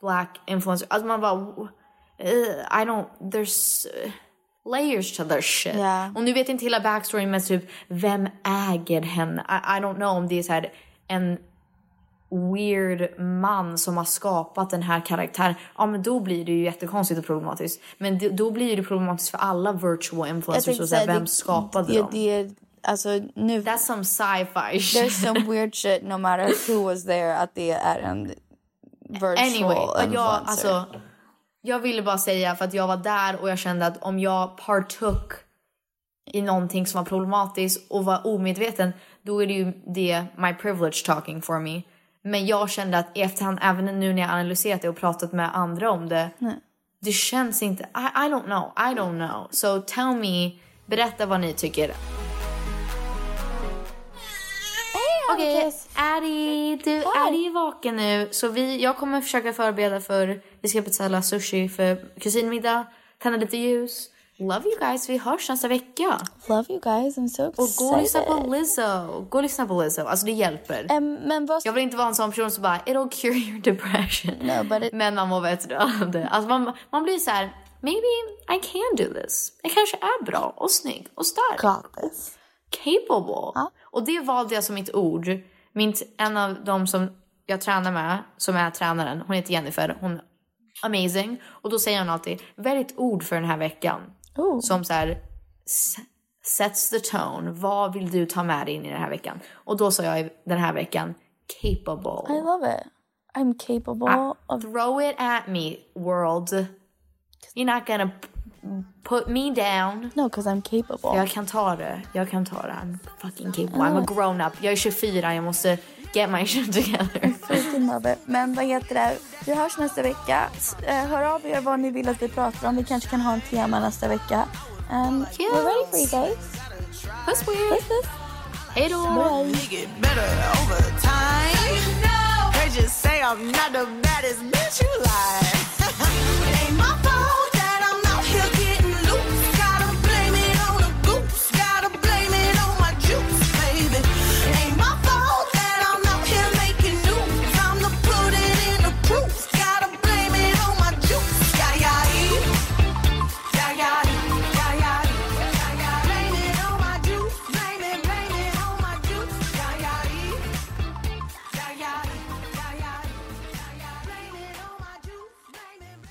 S4: black influencer. Alltså man bara "Ugh, I don't, there's eh, layers to their shit.
S3: Ja.
S4: Och nu vet jag inte hela backstoryn men typ vem äger henne? I, I don't know om det är så här en weird man som har skapat den här karaktären, ja men då blir det ju jättekonstigt och problematiskt. Men det, då blir ju det problematiskt för alla virtual influencers och så här,
S3: säga,
S4: vem skapade
S3: det,
S4: dem?
S3: det är alltså nu
S4: That's some sci-fi shit.
S3: There's some weird shit no matter who was there att det är en virtual
S4: Anyway,
S3: influencer.
S4: men jag, alltså, jag ville bara säga för att jag var där och jag kände att om jag partook i någonting som var problematiskt och var omedveten, då är det ju det my privilege talking for me. Men jag kände att i efterhand, även nu när jag analyserat det och pratat med andra om det, det känns inte, I, I don't know, I don't know. So tell me, berätta vad ni tycker. Okej, Addie, du, Addie är vaken nu. Så vi, jag kommer försöka förbereda för, vi ska beställa sushi för kusinmiddag, tända lite ljus. Love you guys, vi hörs nästa vecka.
S3: Love you guys, I'm so
S4: Och gå och lyssna
S3: excited.
S4: på Lizzo. Gå och lyssna på Lizzo, alltså det hjälper.
S3: Em, men vad...
S4: Jag vill inte vara en sån person som bara it'll cure your depression.
S3: No, but it-
S4: Men man mår bättre av det. Alltså man, man blir så här, maybe I can do this. Jag kanske är bra och snygg och stark.
S3: Got this.
S4: Capable. Och det valde jag som mitt ord. Min, en av dem som jag tränar med, som är tränaren, hon heter Jennifer. Hon är amazing. Och då säger hon alltid, välj ett ord för den här veckan.
S3: Oh.
S4: Som så här, s- sets the tone. Vad vill du ta med dig in i den här veckan? Och då sa jag den här veckan, capable.
S3: I love it. I'm capable of...
S4: Throw it at me, world. You're not gonna p- put me down.
S3: No, because I'm capable.
S4: Jag kan ta det. Jag kan ta det. I'm fucking capable. I'm a grown up. Jag är 24. Jag måste get my shit together.
S3: Freaking love it. Men vad heter det? Vi hörs nästa vecka. S- eh, Hör av er vad ni vill att vi pratar om. Vi kanske kan ha en tema nästa vecka. Um, we're ready for you guys.
S4: Puss på er.
S3: Puss, puss.
S4: Hej då.
S6: oh
S3: Bye.
S7: get better over time. They just say I'm not the baddest bitch you like. it ain't my fault that I'm out here getting loose. Gotta blame it on the goose. Gotta blame it on my juice, baby. It ain't my fault that I'm out here making news. I'm the prudent in the proof. Gotta blame it on my juice. e. Yeah, yeah, yeah, yeah, yeah, yeah. e. Blame it on my juice. Blame it, blame it on my juice. e. Yeah, yeah, yeah, yeah, e. yeah, yeah. Blame it on my juice. Blame it, blame it.